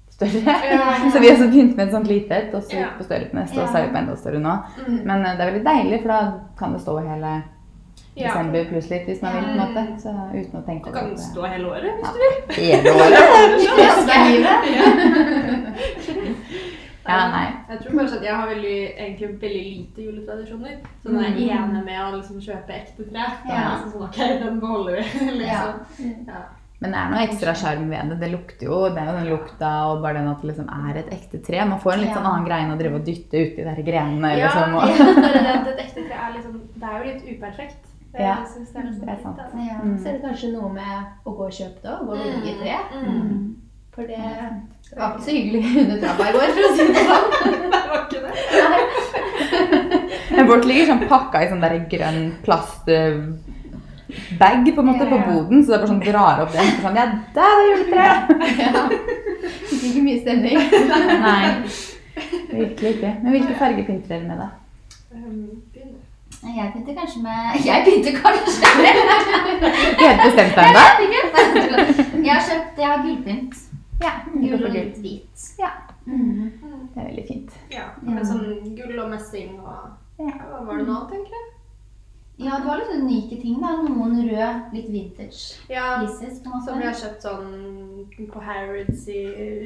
Speaker 2: større.
Speaker 3: Ja.
Speaker 2: Så vi har også begynt med et sånt lite et, og så
Speaker 3: Ja.
Speaker 2: gikk på større på neste, og så
Speaker 4: Ja.
Speaker 2: er vi på enda større nå.
Speaker 3: Mm.
Speaker 2: Men eh, det er veldig deilig, for da kan det stå hele desember pluss litt hvis man vil, på en måte. Så uten å
Speaker 3: Du
Speaker 2: tenke
Speaker 3: kan
Speaker 2: at det-
Speaker 3: stå hele året hvis du
Speaker 2: hele året.
Speaker 3: sånn
Speaker 1: Resten av livet.
Speaker 2: Ja, nei.
Speaker 3: Eh, Jeg tror kanskje at jeg har veldig, egentlig veldig lite juletradisjoner. Så når jeg er enig med å liksom kjøpe ekte tre, da er jeg
Speaker 4: Ja.
Speaker 3: liksom sånn OK, den beholder vi. liksom. Ja.
Speaker 2: Men det er noe ekstra sjarm ved det. Det lukter jo, det er jo den lukta og bare den at det liksom er et ekte tre. Man får en litt
Speaker 4: Ja.
Speaker 2: sånn annen greie enn å drive og dytte uti de der grenene.
Speaker 3: Ja,
Speaker 2: liksom,
Speaker 3: det,
Speaker 2: og,
Speaker 3: det, det, det, det, er liksom, det er jo litt uperfekt. Det,
Speaker 2: Ja,
Speaker 3: jeg synes det, er liksom
Speaker 2: det er
Speaker 3: litt,
Speaker 2: sant.
Speaker 3: altså.
Speaker 4: Ja.
Speaker 2: Mm.
Speaker 1: Så er det kanskje noe med å gå og kjøpe det òg. Gå og velge tre.
Speaker 3: Mm.
Speaker 1: For det var ikke så hyggelig under trappa i går, for å si det sånn.
Speaker 3: Det var ikke det.
Speaker 2: Men vårt ligger sånn pakka i sånn der grønn plastbag på en måte
Speaker 4: Ja,
Speaker 2: på
Speaker 4: ja.
Speaker 2: boden, så det er bare sånn drar opp det. Sånn, ja, der er juletreet!
Speaker 1: Ja. Ikke mye stemning.
Speaker 2: Nei, virkelig ikke. Men hvilke farger pynter dere med, da?
Speaker 3: Um, begynn.
Speaker 4: Jeg pynter kanskje med Jeg pynter kanskje!
Speaker 2: Ikke helt bestemt
Speaker 4: Jeg
Speaker 2: ennå?
Speaker 4: vet ikke. Nei, Jeg har kjøpt Jeg har gullpynt.
Speaker 1: Ja.
Speaker 4: Gul
Speaker 2: Hvorfor
Speaker 4: og
Speaker 2: gull?
Speaker 4: litt hvit.
Speaker 1: Ja.
Speaker 4: Mhm.
Speaker 2: Det er veldig fint.
Speaker 3: Ja, med sånn gull og messing og
Speaker 2: Ja.
Speaker 3: Hva var det nå, tenker jeg?
Speaker 4: Ja, det var litt unike ting. da. Noen rød, litt vintage
Speaker 3: Ja,
Speaker 4: pieces. på en
Speaker 3: som vi
Speaker 4: måte.
Speaker 3: har kjøpt sånn på Harrods i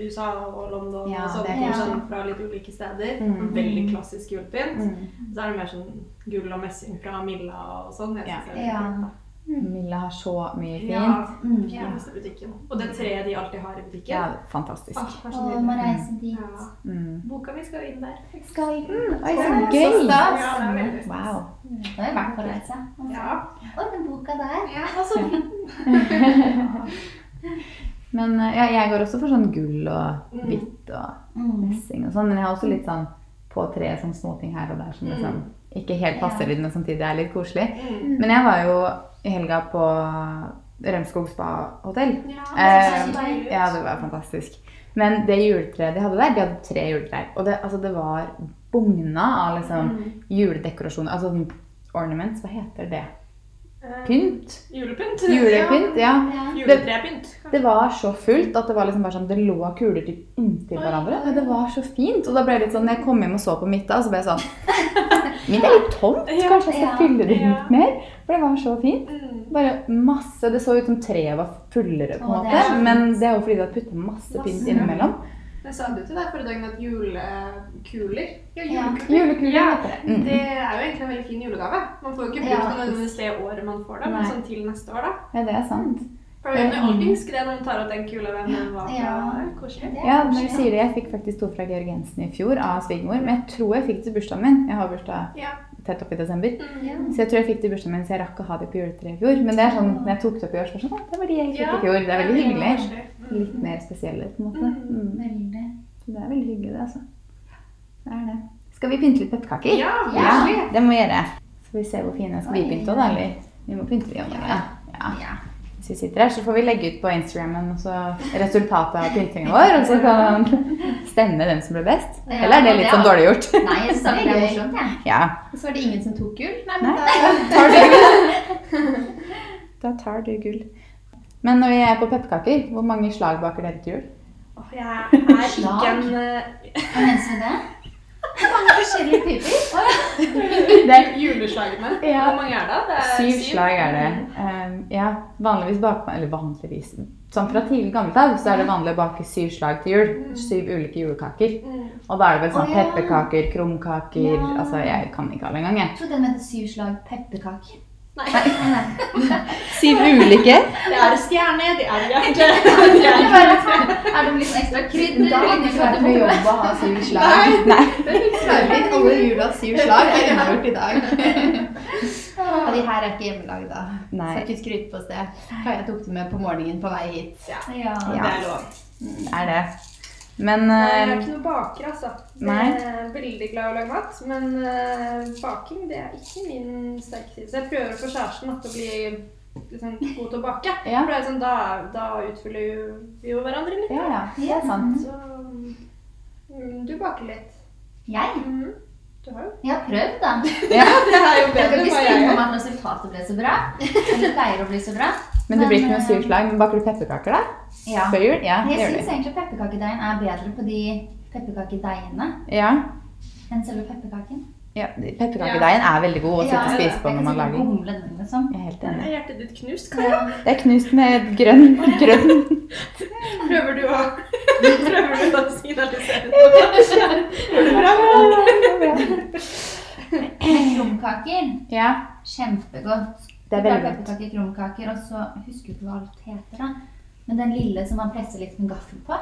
Speaker 3: USA og London
Speaker 2: Ja,
Speaker 3: og sånn.
Speaker 2: det
Speaker 4: er
Speaker 3: sånn
Speaker 2: kult.
Speaker 3: Fra litt ulike steder.
Speaker 2: Mm.
Speaker 3: Veldig klassisk julepynt.
Speaker 2: Mm.
Speaker 3: Så er det mer sånn gull og messing fra Milla og sånn. Jeg synes det er
Speaker 4: Ja.
Speaker 3: veldig fint, da.
Speaker 2: Milla har så mye fint.
Speaker 3: Ja,
Speaker 4: Mm.
Speaker 3: ja. butikken. Og det treet de alltid har i butikken.
Speaker 2: Ja, fantastisk.
Speaker 3: Åh, det er så
Speaker 4: Og
Speaker 3: nydelig.
Speaker 4: må reise dit.
Speaker 3: Ja.
Speaker 2: Mm.
Speaker 3: Boka mi skal inn der.
Speaker 1: Skal vi
Speaker 2: Oi, så
Speaker 1: Ja, så
Speaker 2: gøy!
Speaker 1: stas.
Speaker 3: Ja, det er veldig stas.
Speaker 2: Wow.
Speaker 4: Det har jo vært på reise.
Speaker 3: Ja.
Speaker 4: Og den boka der.
Speaker 3: ja altså,
Speaker 2: Men eh, ja, jeg går også for sånn gull og
Speaker 3: Mm.
Speaker 2: hvitt og
Speaker 4: Mm.
Speaker 2: messing og sånn. Men jeg har også litt sånn på treet sånn småting her og der som liksom ikke helt passer inn, men samtidig er litt koselig.
Speaker 3: mm.
Speaker 2: Men jeg var jo i helga på Rømskog spa-hotell.
Speaker 4: det
Speaker 2: Eh,
Speaker 4: ser så deilig
Speaker 3: ut.
Speaker 2: ja, det var fantastisk. Men det juletreet de hadde der, de hadde tre juletrær. Og det, altså, det var bugna av liksom
Speaker 3: Mm.
Speaker 2: juledekorasjoner. Altså sånn ornaments, hva heter det?
Speaker 3: Eh,
Speaker 2: Pynt?
Speaker 3: Julepynt.
Speaker 2: Julepynt, ja.
Speaker 4: Ja.
Speaker 3: Ja. Juletrepynt.
Speaker 2: Det var så fullt at det var liksom bare sånn, det lå kuler typ inntil
Speaker 3: Oi.
Speaker 2: hverandre. Men det var så fint. Og da ble det litt sånn, jeg kom hjem og så på mitt da, så ble jeg sånn Mitt er litt tomt.
Speaker 3: Ja,
Speaker 2: Kanskje jeg skal
Speaker 4: ja,
Speaker 2: fylle det
Speaker 3: ja.
Speaker 2: ut mer? For det var så fint.
Speaker 3: Mm.
Speaker 2: Bare masse, Det så ut som treet var fullere, på en
Speaker 4: Å, det er
Speaker 2: måte.
Speaker 4: så fint.
Speaker 2: Men det er jo fordi de har putta masse pynt
Speaker 3: Masse.
Speaker 2: innimellom.
Speaker 3: Jeg sa det til deg forrige dagen at julekuler Ja, julekuler.
Speaker 2: Julekuler
Speaker 3: Ja,
Speaker 2: heter det. Mm.
Speaker 3: Det er jo egentlig en veldig fin julegave. Man får jo ikke
Speaker 4: Ja,
Speaker 3: brukt den
Speaker 4: faktisk.
Speaker 3: nødvendigvis det året man får det, men
Speaker 2: Nei. Mm.
Speaker 3: sånn til neste år, da.
Speaker 2: Ja, det er sant.
Speaker 3: For jeg vil alltid huske det når man tar opp den kula hvem den var fra.
Speaker 4: Ja.
Speaker 3: Det er Koselig.
Speaker 4: Det er
Speaker 2: Ja, når
Speaker 4: kanskje-
Speaker 2: du sier det, Jeg fikk faktisk to fra Georg Jensen i fjor av svigermor, men jeg tror jeg fikk det til bursdagen min. Jeg har bursdag
Speaker 3: Ja.
Speaker 2: tett opp i desember.
Speaker 3: Mm.
Speaker 2: Så jeg tror jeg fikk det i bursdagen min, så jeg rakk å ha det på juletreet i fjor. Men det er sånn, når jeg tok det opp i år, så var det sånn, «Å, det var de jeg fikk
Speaker 3: Ja,
Speaker 2: i fjor. Det er veldig hyggelig.
Speaker 3: koselig. Mm.
Speaker 2: Litt mer spesielle, på en måte. Mm.
Speaker 4: Veldig.
Speaker 2: Så det er veldig hyggelig, det, altså. Det er det. Skal vi pynte litt pepperkaker?
Speaker 3: Ja,
Speaker 2: Ja,
Speaker 3: koselig.
Speaker 2: det må vi gjøre. Skal vi se hvor fine skal vi
Speaker 4: Oi.
Speaker 2: pynte òg, da? Eller vi må pynte de om dagen. Ja.
Speaker 4: Ja.
Speaker 2: Hvis vi sitter her, så får vi legge ut på Instagramen også resultatet av pyntinga vår. Og så kan man stemme hvem som ble best.
Speaker 4: Ja,
Speaker 2: Eller er det litt
Speaker 4: ja.
Speaker 2: sånn dårlig gjort?
Speaker 4: Nei, jeg synes det er
Speaker 1: Det er
Speaker 4: morsomt, jeg.
Speaker 2: Ja.
Speaker 1: Og så var det ingen som tok gull. Nei,
Speaker 2: Nei.
Speaker 1: men da
Speaker 2: Tar du gull? da tar du gull. Men når vi er på pepperkaker, hvor mange slag baker dere til jul?
Speaker 3: Åh, Jeg er ikke
Speaker 4: Slag.
Speaker 3: en eh,
Speaker 4: Hva menes med det?
Speaker 1: mange forskjellige typer.
Speaker 3: Juleslagene.
Speaker 2: Ja.
Speaker 3: Hvor mange er det? det er
Speaker 2: Eh, Syv slag er det. Eh, ja, vanligvis baker man Eller vanligvis Sånn fra tidlig gammelt av så er det vanlig å bake syv slag til jul. Syv ulike julekaker.
Speaker 3: Mm.
Speaker 2: Og da er det vel sånn
Speaker 4: Å, ja.
Speaker 2: pepperkaker, krumkaker
Speaker 4: Ja.
Speaker 2: Altså, jeg kan ikke alle engang, jeg.
Speaker 4: Jeg trodde den het syv slag pepperkaker.
Speaker 3: Nei.
Speaker 2: Syv ulike.
Speaker 3: Det er stjerne, det er hjerte det
Speaker 4: Det
Speaker 3: er-
Speaker 4: er bare Er det litt ekstra krydder?
Speaker 1: Da hadde ikke vært med jobb å ha
Speaker 4: altså.
Speaker 1: syv slag.
Speaker 2: Nei.
Speaker 1: Klarer vi alle jula syv slag? Det er unngjort i dag. Og de her er ikke hjemmelagd, da.
Speaker 2: Nei.
Speaker 1: Skal ikke skryte på sted. Kaja tok det med på morgenen på vei hit.
Speaker 4: Ja.
Speaker 2: Ja.
Speaker 3: Det er lov.
Speaker 2: Det er det. Men
Speaker 3: Nei, Jeg er
Speaker 2: eh,
Speaker 3: ikke noen baker, altså.
Speaker 2: Nei.
Speaker 3: Jeg er veldig glad i å lage mat, men eh, baking det er ikke min sterke side. Så jeg prøver å få kjæresten da, til å bli liksom, god til å bake.
Speaker 2: Ja.
Speaker 3: For det er jo sånn, da, da utfyller jo- vi jo hverandre litt.
Speaker 2: Ja, ja. Det er sant.
Speaker 3: Så mm, du baker litt.
Speaker 4: Jeg?
Speaker 3: Mhm. Du har jo
Speaker 4: Jeg har prøvd, da.
Speaker 3: Det er jo
Speaker 4: Jeg kan
Speaker 3: bedre enn hva
Speaker 4: ikke skryte
Speaker 3: jeg
Speaker 4: på
Speaker 3: gjør.
Speaker 4: meg at resultatet ble så bra. Men det pleier å bli så bra.
Speaker 2: Men det blir ikke
Speaker 4: Men,
Speaker 2: noe
Speaker 4: eh,
Speaker 2: syv slag. Men baker du pepperkaker, da?
Speaker 4: Ja.
Speaker 2: Før jul? Ja,
Speaker 4: Men
Speaker 2: det
Speaker 4: Jeg
Speaker 2: gjør
Speaker 4: syns
Speaker 2: du.
Speaker 4: egentlig pepperkakedeigen er bedre på de pepperkakedeigene
Speaker 2: Ja.
Speaker 4: enn selve pepperkaken.
Speaker 2: ja. Pepperkakedeigen er veldig god å sitte og spise på når
Speaker 4: jeg kan
Speaker 2: man
Speaker 4: sikkert
Speaker 2: lager den.
Speaker 4: gomle den, liksom.
Speaker 2: Jeg er helt
Speaker 3: Er
Speaker 2: enig.
Speaker 3: hjertet ditt knust, Kaja?
Speaker 2: Det er knust med grønn, grønn
Speaker 3: Prøver du å Prøver du å signalisere noe? Gjør du bra?
Speaker 4: Men krumkaker
Speaker 2: Ja.
Speaker 4: kjempegodt.
Speaker 2: Det er veldig godt.
Speaker 4: Pepperkaker, krumkaker, og så husker du ikke hva alt heter, da. Men den lille som man presser litt med gaffel på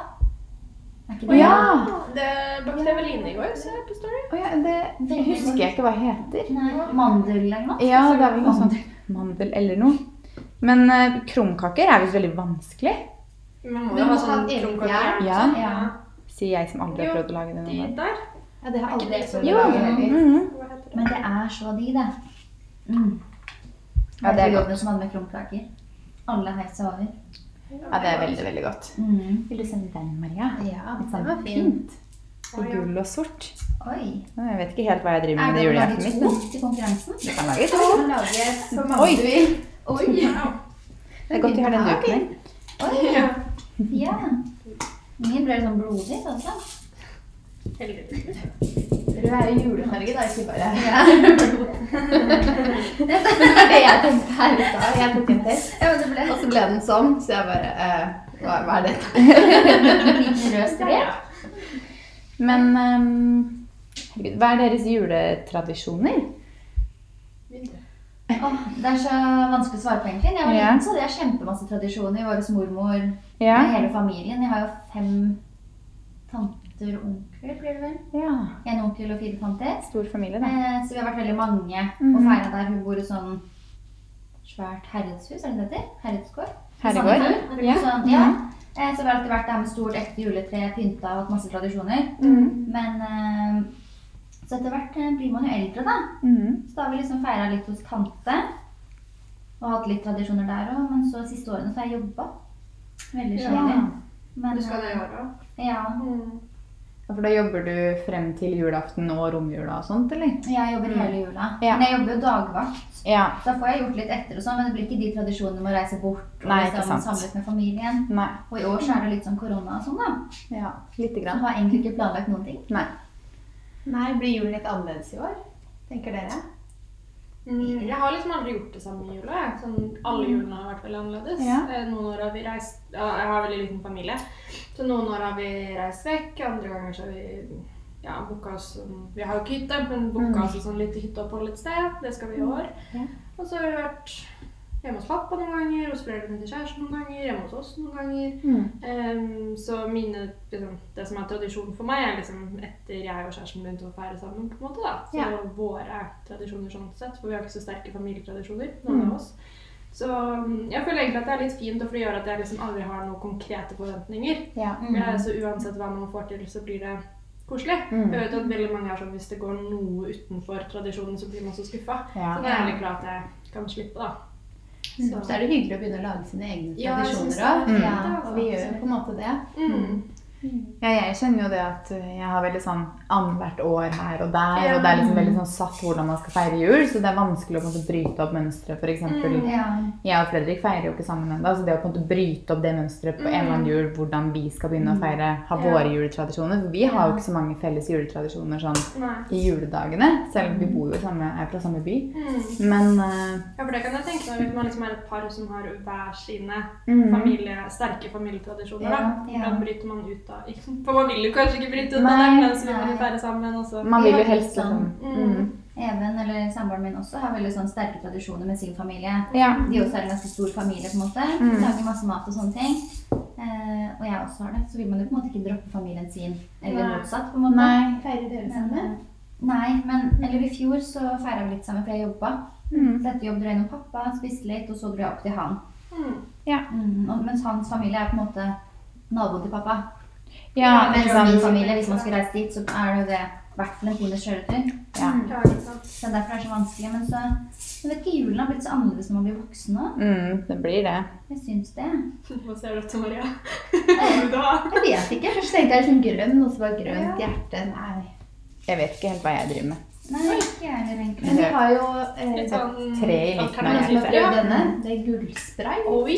Speaker 4: Er ikke
Speaker 2: Å ja!
Speaker 3: Ah, Det bakte jeg Veline i går, så jeg på Story.
Speaker 2: Å ja det, det husker jeg ikke hva det heter.
Speaker 4: Nei, mandel eller noe?
Speaker 2: Ja, det er vel noe sånt. Mandel eller noe. Men eh, krumkaker er visst veldig vanskelig,
Speaker 3: Man
Speaker 1: Du
Speaker 3: jo
Speaker 1: må
Speaker 3: sånn
Speaker 1: ha et eget
Speaker 3: krumkort.
Speaker 1: jern.
Speaker 2: Ja.
Speaker 3: Sånn
Speaker 4: Ja.
Speaker 2: sier jeg som aldri har
Speaker 3: Jo,
Speaker 2: prøvd å lage
Speaker 3: De
Speaker 2: den.
Speaker 3: der.
Speaker 1: Ja, det har
Speaker 3: Er ikke
Speaker 1: aldri
Speaker 3: det som-
Speaker 1: prøvd å
Speaker 2: Jo.
Speaker 1: lage heller.
Speaker 2: Mhm.
Speaker 3: Hva heter det?
Speaker 4: Men det er så de, det. Mm.
Speaker 2: Ja, det er
Speaker 4: Jeg
Speaker 2: godt.
Speaker 4: jobber som hadde med krumkaker. Alle heiv seg over.
Speaker 2: Ja, det er veldig, veldig godt.
Speaker 4: Mm.
Speaker 2: Vil du sende den, Maria?
Speaker 1: Ja,
Speaker 2: Litt
Speaker 1: den
Speaker 2: sånn
Speaker 1: var fin.
Speaker 2: fint. Og gull og sort.
Speaker 4: Oi.
Speaker 2: Ja, Jeg vet ikke helt hva jeg driver
Speaker 4: Er
Speaker 2: med
Speaker 4: det
Speaker 2: i
Speaker 4: å lage
Speaker 2: julejakken mitt.
Speaker 4: to til konkurransen?
Speaker 2: men Det kan lages.
Speaker 1: Du kan lage så mange
Speaker 2: Oi.
Speaker 1: du vil.
Speaker 4: Oi!
Speaker 2: Det er godt vi har den duken her.
Speaker 4: Oi.
Speaker 3: Ja.
Speaker 4: Ja. Min ble sånn blodig også.
Speaker 3: Heldigvis.
Speaker 1: Du er jo Jule-Norge, da, ikke bare
Speaker 4: Ja.
Speaker 1: Det var det jeg tenkte her i stad. Jeg tok en test,
Speaker 4: Ja, men det ble
Speaker 1: og så ble den sånn. Så jeg bare eh, hva, hva er dette?
Speaker 4: en liten rød strek.
Speaker 2: Men ehm, herregud, hva er deres juletradisjoner?
Speaker 4: Åh, det er så vanskelig å svare på, egentlig. Da jeg var
Speaker 2: Ja.
Speaker 4: liten, så hadde jeg kjempemasse tradisjoner. Vår mormor
Speaker 2: Ja.
Speaker 4: med hele familien. Jeg har jo fem tanter og onkler, blir det vel.
Speaker 2: ja.
Speaker 4: En onkel og fire tanter.
Speaker 2: Stor familie, da.
Speaker 4: Eh, så vi har vært veldig mange
Speaker 2: Mhm.
Speaker 4: og feira der. Hun bor i sånn svært herredshus, er det det heter? Herredsgård? I
Speaker 2: Herregård.
Speaker 4: Sandefjord.
Speaker 2: Ja. Mhm.
Speaker 4: Sånn, ja. Eh, så vi har alltid vært der med stort, ekte juletre, pynta og hatt masse tradisjoner.
Speaker 3: Mm.
Speaker 2: Mhm.
Speaker 4: Men eh, så etter hvert eh, blir man jo eldre, da.
Speaker 2: Mhm.
Speaker 4: Så da har vi liksom feira litt hos tante. Og hatt litt tradisjoner der òg. Men så siste årene så har jeg jobba. Veldig
Speaker 3: Ja.
Speaker 4: kjedelig. Men,
Speaker 3: Du skal det i
Speaker 4: eh,
Speaker 3: år òg?
Speaker 4: ja,
Speaker 2: Ja, For da jobber du frem til julaften og romjula og sånt, eller?
Speaker 4: jeg jobber hele jula.
Speaker 2: Mhm. Ja.
Speaker 4: Men jeg jobber jo dagvakt.
Speaker 2: Ja.
Speaker 4: Så da får jeg gjort litt etter og sånn, men det blir ikke de tradisjonene med å reise bort og
Speaker 2: Nei, ikke
Speaker 4: liksom,
Speaker 2: sant.
Speaker 4: samles med familien.
Speaker 2: Nei.
Speaker 4: Og i år så er det litt sånn korona og sånn, da.
Speaker 2: Ja. Lite
Speaker 4: Så
Speaker 2: grann.
Speaker 4: har jeg egentlig ikke planlagt noen ting.
Speaker 2: Nei.
Speaker 1: Nei, blir julen litt annerledes i år? Tenker dere?
Speaker 3: Mm, Jeg har liksom aldri gjort det samme i jula. jeg. Sånn, alle julene har vært veldig annerledes.
Speaker 2: Ja.
Speaker 3: Eh, Noen år har vi reist, ja, Jeg har veldig liten familie, så noen år har vi reist vekk. Andre ganger så har vi ja, booka oss en- Vi har jo ikke hytte, men booka oss et sånn lite hytteopphold et sted. Det skal vi i år.
Speaker 2: Ja.
Speaker 3: Og så har vi vært hjemme hos pappa noen ganger, hos foreldrene til kjæresten noen ganger, hjemme hos oss noen ganger.
Speaker 2: Mm.
Speaker 3: Ehm, så mine, liksom, det som er tradisjon for meg, er liksom etter jeg og kjæresten begynte å feire sammen. på en måte da. Så
Speaker 2: Ja.
Speaker 3: våre tradisjoner sånn sett, for vi har ikke så sterke familietradisjoner. noen
Speaker 2: Mm.
Speaker 3: av oss. Så mm, jeg føler egentlig at det er litt fint, og for det gjør at jeg liksom aldri har noen konkrete forventninger.
Speaker 2: Ja.
Speaker 3: Eh, Så uansett hva man får til, så blir det koselig.
Speaker 2: Mm.
Speaker 3: Jeg vet at veldig mange er sånn, Hvis det går noe utenfor tradisjonen, så blir man så skuffa.
Speaker 2: Ja. Mm.
Speaker 3: Så det er jeg veldig glad at jeg kan slippe, da.
Speaker 1: Mm. Så er det hyggelig å begynne å lage sine egne
Speaker 3: Ja, jeg
Speaker 1: tradisjoner
Speaker 3: synes det er
Speaker 1: òg.
Speaker 3: fint,
Speaker 1: Ja,
Speaker 3: altså.
Speaker 1: og vi gjør jo på en måte det.
Speaker 3: Mm.
Speaker 2: Ja, jeg kjenner jo det at uh, jeg har veldig sånn annethvert år her og der,
Speaker 3: Ja.
Speaker 2: og det er liksom veldig sånn satt hvordan man skal feire jul, så det er vanskelig å på en måte bryte opp mønstret. For eksempel,
Speaker 3: Mm.
Speaker 4: Ja.
Speaker 2: jeg og Fredrik feirer jo ikke sammen ennå, så det å på en måte bryte opp det mønsteret på en eller annen jul, hvordan vi skal begynne å feire, ha
Speaker 3: Mm. Ja.
Speaker 2: våre juletradisjoner, for vi har jo ikke så mange felles juletradisjoner sånn
Speaker 3: Nei.
Speaker 2: i juledagene, selv om vi bor jo i samme, er fra samme by.
Speaker 3: Mm.
Speaker 2: Men uh,
Speaker 3: Ja, for det kan jeg tenke meg hvis man liksom er et par som har hver sine
Speaker 2: Mm.
Speaker 3: familie, sterke familietradisjoner.
Speaker 2: Ja,
Speaker 3: da.
Speaker 4: ja.
Speaker 3: Hvordan bryter man ut av For man vil jo kanskje ikke bryte ut av
Speaker 2: Nei,
Speaker 3: dem, men så vil man jo
Speaker 4: nei.
Speaker 3: feire sammen. Og så.
Speaker 2: man
Speaker 4: Vi
Speaker 2: vil jo
Speaker 4: har
Speaker 2: helst
Speaker 4: litt
Speaker 2: liksom
Speaker 4: sånn-
Speaker 2: mm.
Speaker 4: Even, eller samboeren min også, har veldig sånn sterke tradisjoner med sin familie.
Speaker 2: Ja.
Speaker 4: De også er en ganske stor familie, på en måte.
Speaker 2: Mm.
Speaker 4: Lager masse mat og sånne ting. Eh, og jeg også har det. Så vil man jo på en måte ikke droppe familien sin. Eller
Speaker 3: Nei.
Speaker 4: motsatt, på en måte.
Speaker 2: Nei.
Speaker 1: Feirer dere
Speaker 4: Men,
Speaker 1: sammen?
Speaker 4: eh, Nei, men eller i fjor så feira vi litt sammen, for jeg jobba.
Speaker 2: Mm.
Speaker 4: Så etter jobb dro jeg innom pappa, spiste litt, og så dro jeg opp til han.
Speaker 3: Mm.
Speaker 4: Mm, og, mens hans familie er på en måte naboen til pappa.
Speaker 2: Ja,
Speaker 4: mens
Speaker 2: liksom,
Speaker 4: min familie, hvis man skulle reise dit, så er det jo det i hvert fall en times kjøretur.
Speaker 2: ja.
Speaker 3: Ja, ikke sant.
Speaker 4: Så derfor er det så vanskelig. Men så jeg vet ikke, julen har blitt så annerledes når man blir voksen nå.
Speaker 2: Mm, det blir det.
Speaker 4: Jeg syns det.
Speaker 3: Hva ser du etter, Maria? Hva vil du ha?
Speaker 1: Jeg vet ikke. Først tenkte jeg liksom grønn, og så var grønt hjerte. Nei.
Speaker 2: Jeg vet ikke helt hva jeg driver med.
Speaker 4: Nei, ikke jeg heller, egentlig.
Speaker 1: Men vi har jo eh,
Speaker 3: Litt sånn
Speaker 2: Tre i midten av
Speaker 1: noen som
Speaker 2: hjertet.
Speaker 1: har
Speaker 3: Ja.
Speaker 1: prøvd denne. Det er gullspray.
Speaker 3: Oi!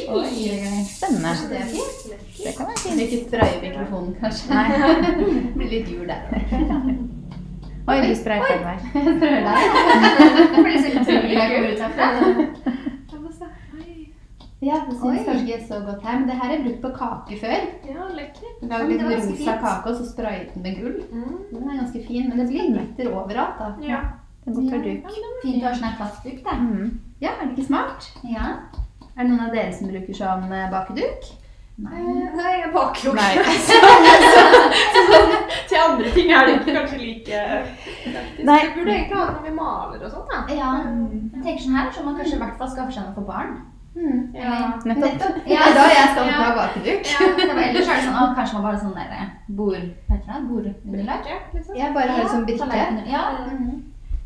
Speaker 2: Spennende.
Speaker 1: Det er fint.
Speaker 2: Det kan være
Speaker 1: Kan
Speaker 2: fint.
Speaker 1: du ikke spraye mikrofonen, kanskje? Blir litt jul der
Speaker 2: Oi, du sprayet feil vei.
Speaker 1: Jeg prøver deg.
Speaker 4: Det blir så utrolig når jeg kommer ut herfra.
Speaker 3: Ja, men se. Hei.
Speaker 1: Ja, det
Speaker 4: Oi.
Speaker 1: syns kanskje ikke så godt her, men det her er brukt på kake før.
Speaker 3: Ja, lekkert.
Speaker 1: Lagd
Speaker 4: men det
Speaker 1: litt
Speaker 4: var ganske
Speaker 1: rosa
Speaker 4: fint.
Speaker 1: kake, og så sprayet den med gull.
Speaker 3: Mm.
Speaker 1: Den er ganske fin, men det blir glitter overalt, da.
Speaker 3: Ja.
Speaker 2: Det er godt for duk.
Speaker 4: Fint å ha sånn her plastduk, da.
Speaker 2: Mm.
Speaker 1: Ja, er det ikke smart?
Speaker 4: Ja.
Speaker 1: Er det noen av dere som bruker sånn eh, bakeduk?
Speaker 3: Eh, Nei, jeg baker jo
Speaker 2: Nei.
Speaker 3: ikke. Så, så, sånn, til andre ting er det ikke kanskje like praktisk.
Speaker 2: Nei.
Speaker 3: Du burde egentlig ha det når vi maler og sånn, da.
Speaker 4: Ja, jeg tenker sånn her, så man kanskje i hvert fall skaffer seg noe for barn.
Speaker 1: Mm.
Speaker 3: Ja.
Speaker 2: Nettopp.
Speaker 1: Ja, da er jeg stolt
Speaker 3: Ja.
Speaker 1: av bakduk.
Speaker 3: Ja.
Speaker 4: Det var ellers er det sånn, å, kanskje man bare sånn der eh, bord, hva heter det, bordunderlag?
Speaker 3: liksom.
Speaker 1: Jeg bare har det sånn som brikke.
Speaker 4: tallerkener. Ja,
Speaker 1: Mm.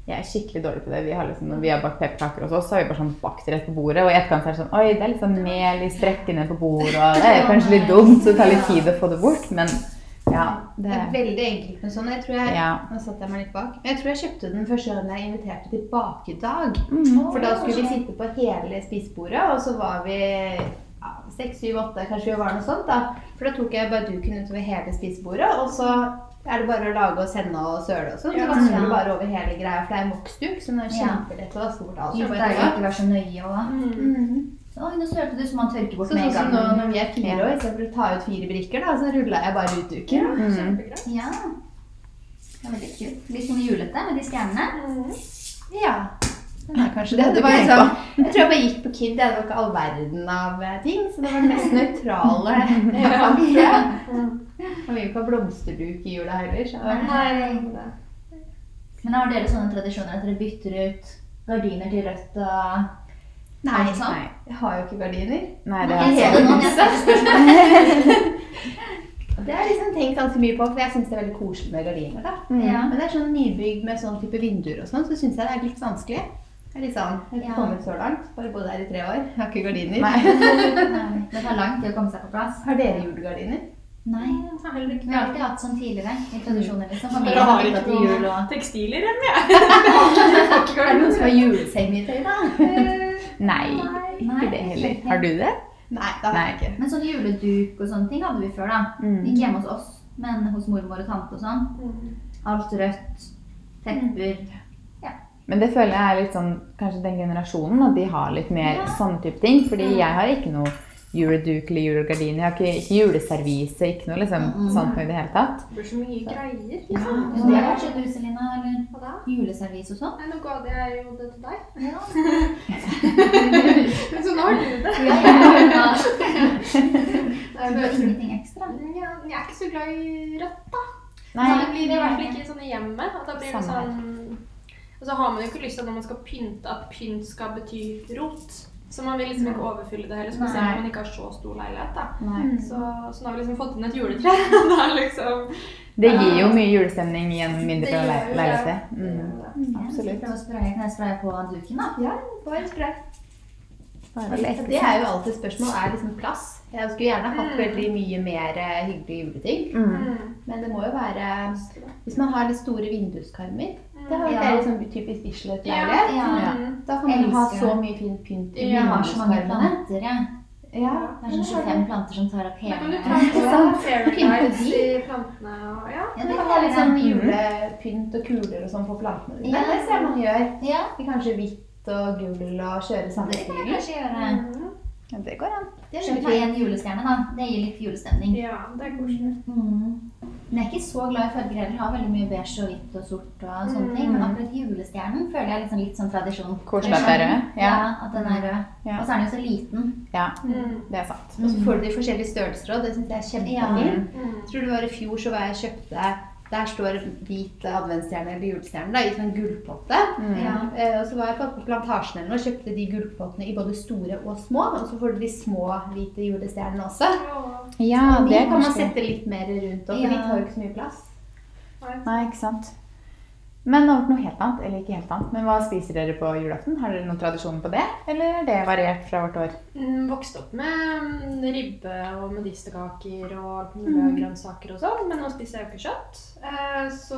Speaker 2: Jeg er skikkelig dårlig på det. Vi har liksom, når vi har bakt pepperkaker hos oss, så har vi bare sånn bakt rett på bordet. Og i etterkant så er det sånn Oi, det er litt sånn mel i sprekkene på bordet, og det er kanskje litt dumt, så det tar litt tid å få det bort. Men ja,
Speaker 1: Det
Speaker 2: det
Speaker 1: er veldig enkelt med sånn. Jeg tror jeg,
Speaker 2: Ja.
Speaker 1: nå satte jeg meg litt bak. Men jeg tror jeg kjøpte den første gangen jeg inviterte til bakedag.
Speaker 2: Mm.
Speaker 1: For da skulle vi sitte på hele spisebordet, og så var vi ja, seks, syv, åtte, kanskje vi var noe sånt. da. For da tok jeg bare duken utover hele spisebordet, og så er det bare å lage og sende og søle og sånn. Så
Speaker 3: Ja.
Speaker 1: vasker vi bare over hele greia, for det er voksduk, så den er kjempelett å vaske bort alt. Så,
Speaker 4: det er jo ikke være så nøye og
Speaker 3: Mm.
Speaker 1: Mhm.
Speaker 4: Oi, nå sølte du som man tørker
Speaker 1: så
Speaker 4: bort med
Speaker 1: sånn
Speaker 4: en
Speaker 1: som nå
Speaker 4: gang.
Speaker 1: når vi er fire år, istedenfor å ta ut fire brikker, da, så rulla jeg bare ut duken.
Speaker 2: Mm.
Speaker 3: Kjempegreit.
Speaker 4: Ja, det er veldig kult. Litt sånn julete med de stjernene.
Speaker 3: Mm.
Speaker 1: Ja. Den er kanskje det.
Speaker 2: hadde
Speaker 1: det var
Speaker 2: jeg
Speaker 1: liksom, jeg tror jeg bare gikk på Kid. Det var ikke all verden av eh, ting. Så det var den mest nøytrale. jeg fant, tror jeg. Og vi ikke har blomsterduk i jula heller. Så.
Speaker 3: Nei, det er ikke det.
Speaker 4: Men har dere sånne tradisjoner at dere bytter ut gardiner til rødt og...
Speaker 1: Nei,
Speaker 4: sånn?
Speaker 2: Nei.
Speaker 1: jeg har jo ikke gardiner.
Speaker 2: Nei, det
Speaker 4: Jeg
Speaker 2: er altså-
Speaker 4: så det sånn. nå, men jeg stilte spørsmål.
Speaker 1: Og Det har jeg liksom tenkt ganske mye på, for jeg syns det er veldig koselig med gardiner. da.
Speaker 4: Ja.
Speaker 1: Men det er sånn nybygg med sånn type vinduer og sånn, så syns jeg det er litt vanskelig. Jeg er litt sånn, Jeg har ikke
Speaker 4: Ja.
Speaker 1: kommet så langt. Bare bodd her i tre år. Jeg har ikke gardiner.
Speaker 2: Nei.
Speaker 4: Nei, Det tar lang tid å komme seg på plass.
Speaker 1: Har dere julegardiner?
Speaker 4: Nei.
Speaker 3: Jeg har heller
Speaker 4: Vi
Speaker 3: ikke
Speaker 4: har alltid hatt sånn tidligere i tradisjoner, liksom.
Speaker 3: Dere
Speaker 4: Familien
Speaker 3: har
Speaker 4: har
Speaker 3: ikke
Speaker 4: byttet til jul
Speaker 3: noe
Speaker 4: og...
Speaker 3: tekstiler hjemme, jeg. Jeg har ikke
Speaker 1: Er det noen som har
Speaker 3: gardiner.
Speaker 1: juleseng i tøy, da?
Speaker 3: Eh,
Speaker 2: Nei,
Speaker 4: Nei,
Speaker 2: ikke det heller. Har du det?
Speaker 1: Nei, da har jeg ikke.
Speaker 4: Men sånn juleduk og sånne ting hadde vi før, da.
Speaker 2: Mm.
Speaker 4: Ikke hjemme hos oss, men hos mormor og tante og sånn.
Speaker 3: Mm.
Speaker 4: Alt rødt, tepper
Speaker 2: Men det føler jeg er litt sånn Kanskje den generasjonen at de har litt mer
Speaker 4: Ja. Mm.
Speaker 2: sånne type ting. Fordi jeg har ikke noe juleduk eller julegardin. Jeg har ikke, ikke juleservise, ikke noe liksom
Speaker 4: Mm.
Speaker 2: sånt noe i det hele tatt.
Speaker 3: Det blir så mye greier.
Speaker 2: Ja.
Speaker 3: liksom.
Speaker 4: Men Det er kanskje du, Selina, eller
Speaker 3: Hva da?
Speaker 4: juleservis og sånn?
Speaker 3: Nei, nå ga jeg jo det til deg.
Speaker 4: Ja.
Speaker 3: Men så nå har du det.
Speaker 4: Ja, ja, ja.
Speaker 3: Nei,
Speaker 4: Det
Speaker 3: men-
Speaker 4: var ingenting ekstra.
Speaker 3: Ja, jeg er ikke så glad i rødt.
Speaker 2: Nei.
Speaker 3: Så det blir i hvert fall ikke sånn i hjemmet. At da blir det
Speaker 2: Samme her.
Speaker 3: sånn Og så har man jo ikke lyst til at når man skal pynte, at pynt skal bety rot. Så man vil liksom ikke overfylle det heller, spesielt
Speaker 2: Nei. Mhm.
Speaker 3: når man ikke har så stor leilighet. da.
Speaker 2: Nei.
Speaker 3: Så, så nå har vi liksom fått inn et juletre. og da er liksom
Speaker 2: Det gir jo mye julestemning gjennom
Speaker 3: Det
Speaker 2: mindre
Speaker 3: gjør
Speaker 2: le-
Speaker 3: jo
Speaker 2: leilighet.
Speaker 3: det.
Speaker 2: Mm.
Speaker 4: Ja,
Speaker 2: Absolutt.
Speaker 4: Prøv å spraye. Kan jeg spraye på duken, da?
Speaker 1: Bare spray.
Speaker 2: Bare
Speaker 1: Ja,
Speaker 2: leke
Speaker 1: Det er jo alltid spørsmål. Er liksom plass? Jeg skulle gjerne
Speaker 4: Mm.
Speaker 1: hatt veldig mye mer eh, hyggelige juleting.
Speaker 2: Mm.
Speaker 1: Men det må jo være
Speaker 3: Mm.
Speaker 1: Hvis man har litt store vinduskarmer Det har
Speaker 4: Ja.
Speaker 1: det er liksom typisk
Speaker 3: Ja.
Speaker 1: Bislett-leilighet.
Speaker 4: Ja.
Speaker 3: Mm.
Speaker 1: Da kan man ha
Speaker 4: Elsker
Speaker 1: så
Speaker 4: det.
Speaker 1: mye fint pynt i
Speaker 4: Jeg har så mange
Speaker 1: vinduskarmene.
Speaker 4: planter, jeg.
Speaker 1: Ja.
Speaker 4: Det er sånn 25 planter som tar opp
Speaker 3: Da kan du
Speaker 4: hele
Speaker 3: ta sånn
Speaker 1: Ikke sant?
Speaker 3: fair
Speaker 1: Du kan
Speaker 3: lights
Speaker 1: ikke
Speaker 3: i plantene og ja.
Speaker 4: Ja,
Speaker 1: Man
Speaker 4: det
Speaker 1: kan ha litt sånn
Speaker 4: kan jeg.
Speaker 1: julepynt og kuler og sånn på plantene dine.
Speaker 4: Ja.
Speaker 1: Det ser jeg man gjør.
Speaker 4: Ja,
Speaker 1: I Kanskje hvitt og gull og kjøre samme
Speaker 4: det kan jeg
Speaker 1: stilen.
Speaker 4: kanskje gjøre.
Speaker 3: Mm.
Speaker 2: Ja, Det går an.
Speaker 1: Det er sånn
Speaker 4: Kjøp
Speaker 1: veldig
Speaker 4: deg en julestjerne, da. Det gir litt julestemning.
Speaker 3: Ja, det er koselig.
Speaker 4: Mm. Men jeg er ikke så glad i farger heller. Jeg Har veldig mye beige og hvitt og sort og sånne
Speaker 3: Mm.
Speaker 4: ting. Men akkurat julestjernen føler jeg liksom litt sånn tradisjon.
Speaker 2: Koselig at det er rød.
Speaker 4: Ja,
Speaker 2: Ja. Mm.
Speaker 4: at den er rød.
Speaker 2: Ja.
Speaker 4: Og så er den jo så liten.
Speaker 2: ja,
Speaker 3: Mm.
Speaker 2: det er sant.
Speaker 1: Og så får du de forskjellige størrelser òg. Det syns jeg er kjempefint.
Speaker 4: Ja.
Speaker 3: Mm.
Speaker 1: Jeg tror det var i fjor så var jeg og kjøpte Der står hvit adventsstjerne eller julestjerne da, i sånn gullpotte.
Speaker 4: Ja.
Speaker 1: Eh, Og så var jeg på på plantasjen eller noe, og kjøpte de gullpottene i både store og små. Og så får du de små hvite julestjernene også.
Speaker 3: Ja,
Speaker 2: Ja,
Speaker 1: Og de
Speaker 2: det
Speaker 1: kan man
Speaker 2: koselig.
Speaker 1: sette litt mer rundt, og for
Speaker 4: Ja.
Speaker 1: de tar jo ikke så mye plass.
Speaker 3: nei.
Speaker 2: Nei, ikke sant. Men over til noe helt annet, eller ikke helt annet. Men hva spiser dere på julaften? Har dere noen tradisjon på det, eller er det variert fra hvert år?
Speaker 3: Mm, Vokste opp med mm, ribbe og medisterkaker og alt mulig
Speaker 4: Mm.
Speaker 3: av grønnsaker og sånn, men nå spiser jeg jo ikke kjøtt. Eh, Så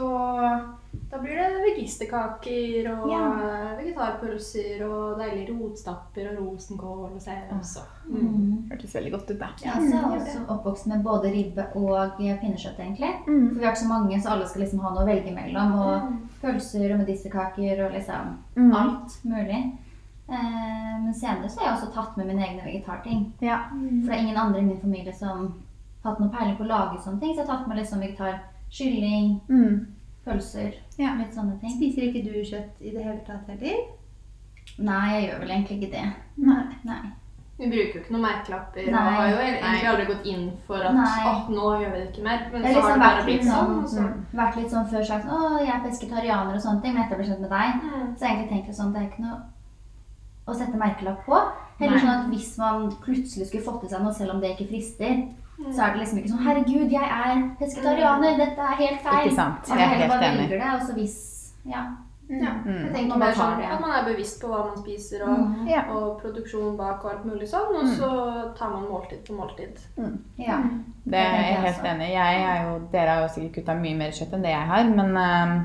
Speaker 3: da blir det vegisterkaker og eh, vegetarpølser og deilige rotstapper og rosenkål og saus og mm.
Speaker 4: Ah. Mm.
Speaker 2: Hørtes veldig godt ut, da.
Speaker 4: Ja, så er jeg også oppvokst med både ribbe og eh, pinnekjøtt, egentlig. For
Speaker 2: Mm.
Speaker 4: vi har ikke så mange, så alle skal liksom ha noe å velge mellom. Og
Speaker 3: Mm.
Speaker 4: pølser og medisterkaker og liksom
Speaker 2: Mm.
Speaker 4: alt mulig. Eh, Men senere så har jeg også tatt med mine egne vegetarting.
Speaker 2: Ja.
Speaker 4: For det er ingen andre i min familie som har hatt noe peiling på å lage sånne ting. Så jeg har tatt med liksom vegetar, kylling,
Speaker 2: Mm.
Speaker 4: pølser,
Speaker 2: Ja.
Speaker 4: litt sånne ting.
Speaker 1: Spiser ikke du kjøtt i det hele tatt heller?
Speaker 4: Nei, jeg gjør vel egentlig ikke det.
Speaker 1: Nei.
Speaker 4: Nei.
Speaker 3: Vi bruker jo ikke noen merkelapper og
Speaker 4: Nei.
Speaker 3: har jo egentlig aldri gått inn for at
Speaker 4: Nei.
Speaker 3: åh, nå gjør vi det ikke mer. Men
Speaker 4: Jeg har
Speaker 3: så har det
Speaker 4: liksom
Speaker 3: bare
Speaker 4: vært litt
Speaker 3: blitt sånn. og så-
Speaker 4: sånn, vært litt sånn før sagt 'Å, jeg er pesketarianer' og sånne ting, men etter å bli kjent med deg
Speaker 3: Mm.
Speaker 4: Så jeg egentlig tenkte sånn, det er ikke noe å sette merkelapp på. Heller
Speaker 3: Nei.
Speaker 4: sånn at hvis man plutselig skulle fått i seg noe, selv om det ikke frister,
Speaker 3: Mm.
Speaker 4: så er det liksom ikke sånn 'Herregud, jeg er pesketarianer, dette er helt feil'.
Speaker 2: Mm. Ikke sant. Jeg
Speaker 4: Man
Speaker 2: er
Speaker 4: heller
Speaker 2: helt
Speaker 4: bare
Speaker 2: enig.
Speaker 4: velger det, og så hvis Ja.
Speaker 3: Ja.
Speaker 2: Mm.
Speaker 3: Jeg tenker
Speaker 4: Man
Speaker 3: bare
Speaker 4: bare tar
Speaker 3: sånn
Speaker 4: det.
Speaker 3: at man er bevisst på hva man spiser og,
Speaker 4: Mhm.
Speaker 2: Ja.
Speaker 3: og produksjon bak og alt mulig sånn, og
Speaker 2: Mm.
Speaker 3: så tar man måltid på måltid.
Speaker 4: ja.
Speaker 2: Det er jeg
Speaker 4: tenker jeg
Speaker 2: helt
Speaker 4: også.
Speaker 2: enig i. Jeg er jo- Dere har jo sikkert kutta mye mer kjøtt enn det jeg har, men eh,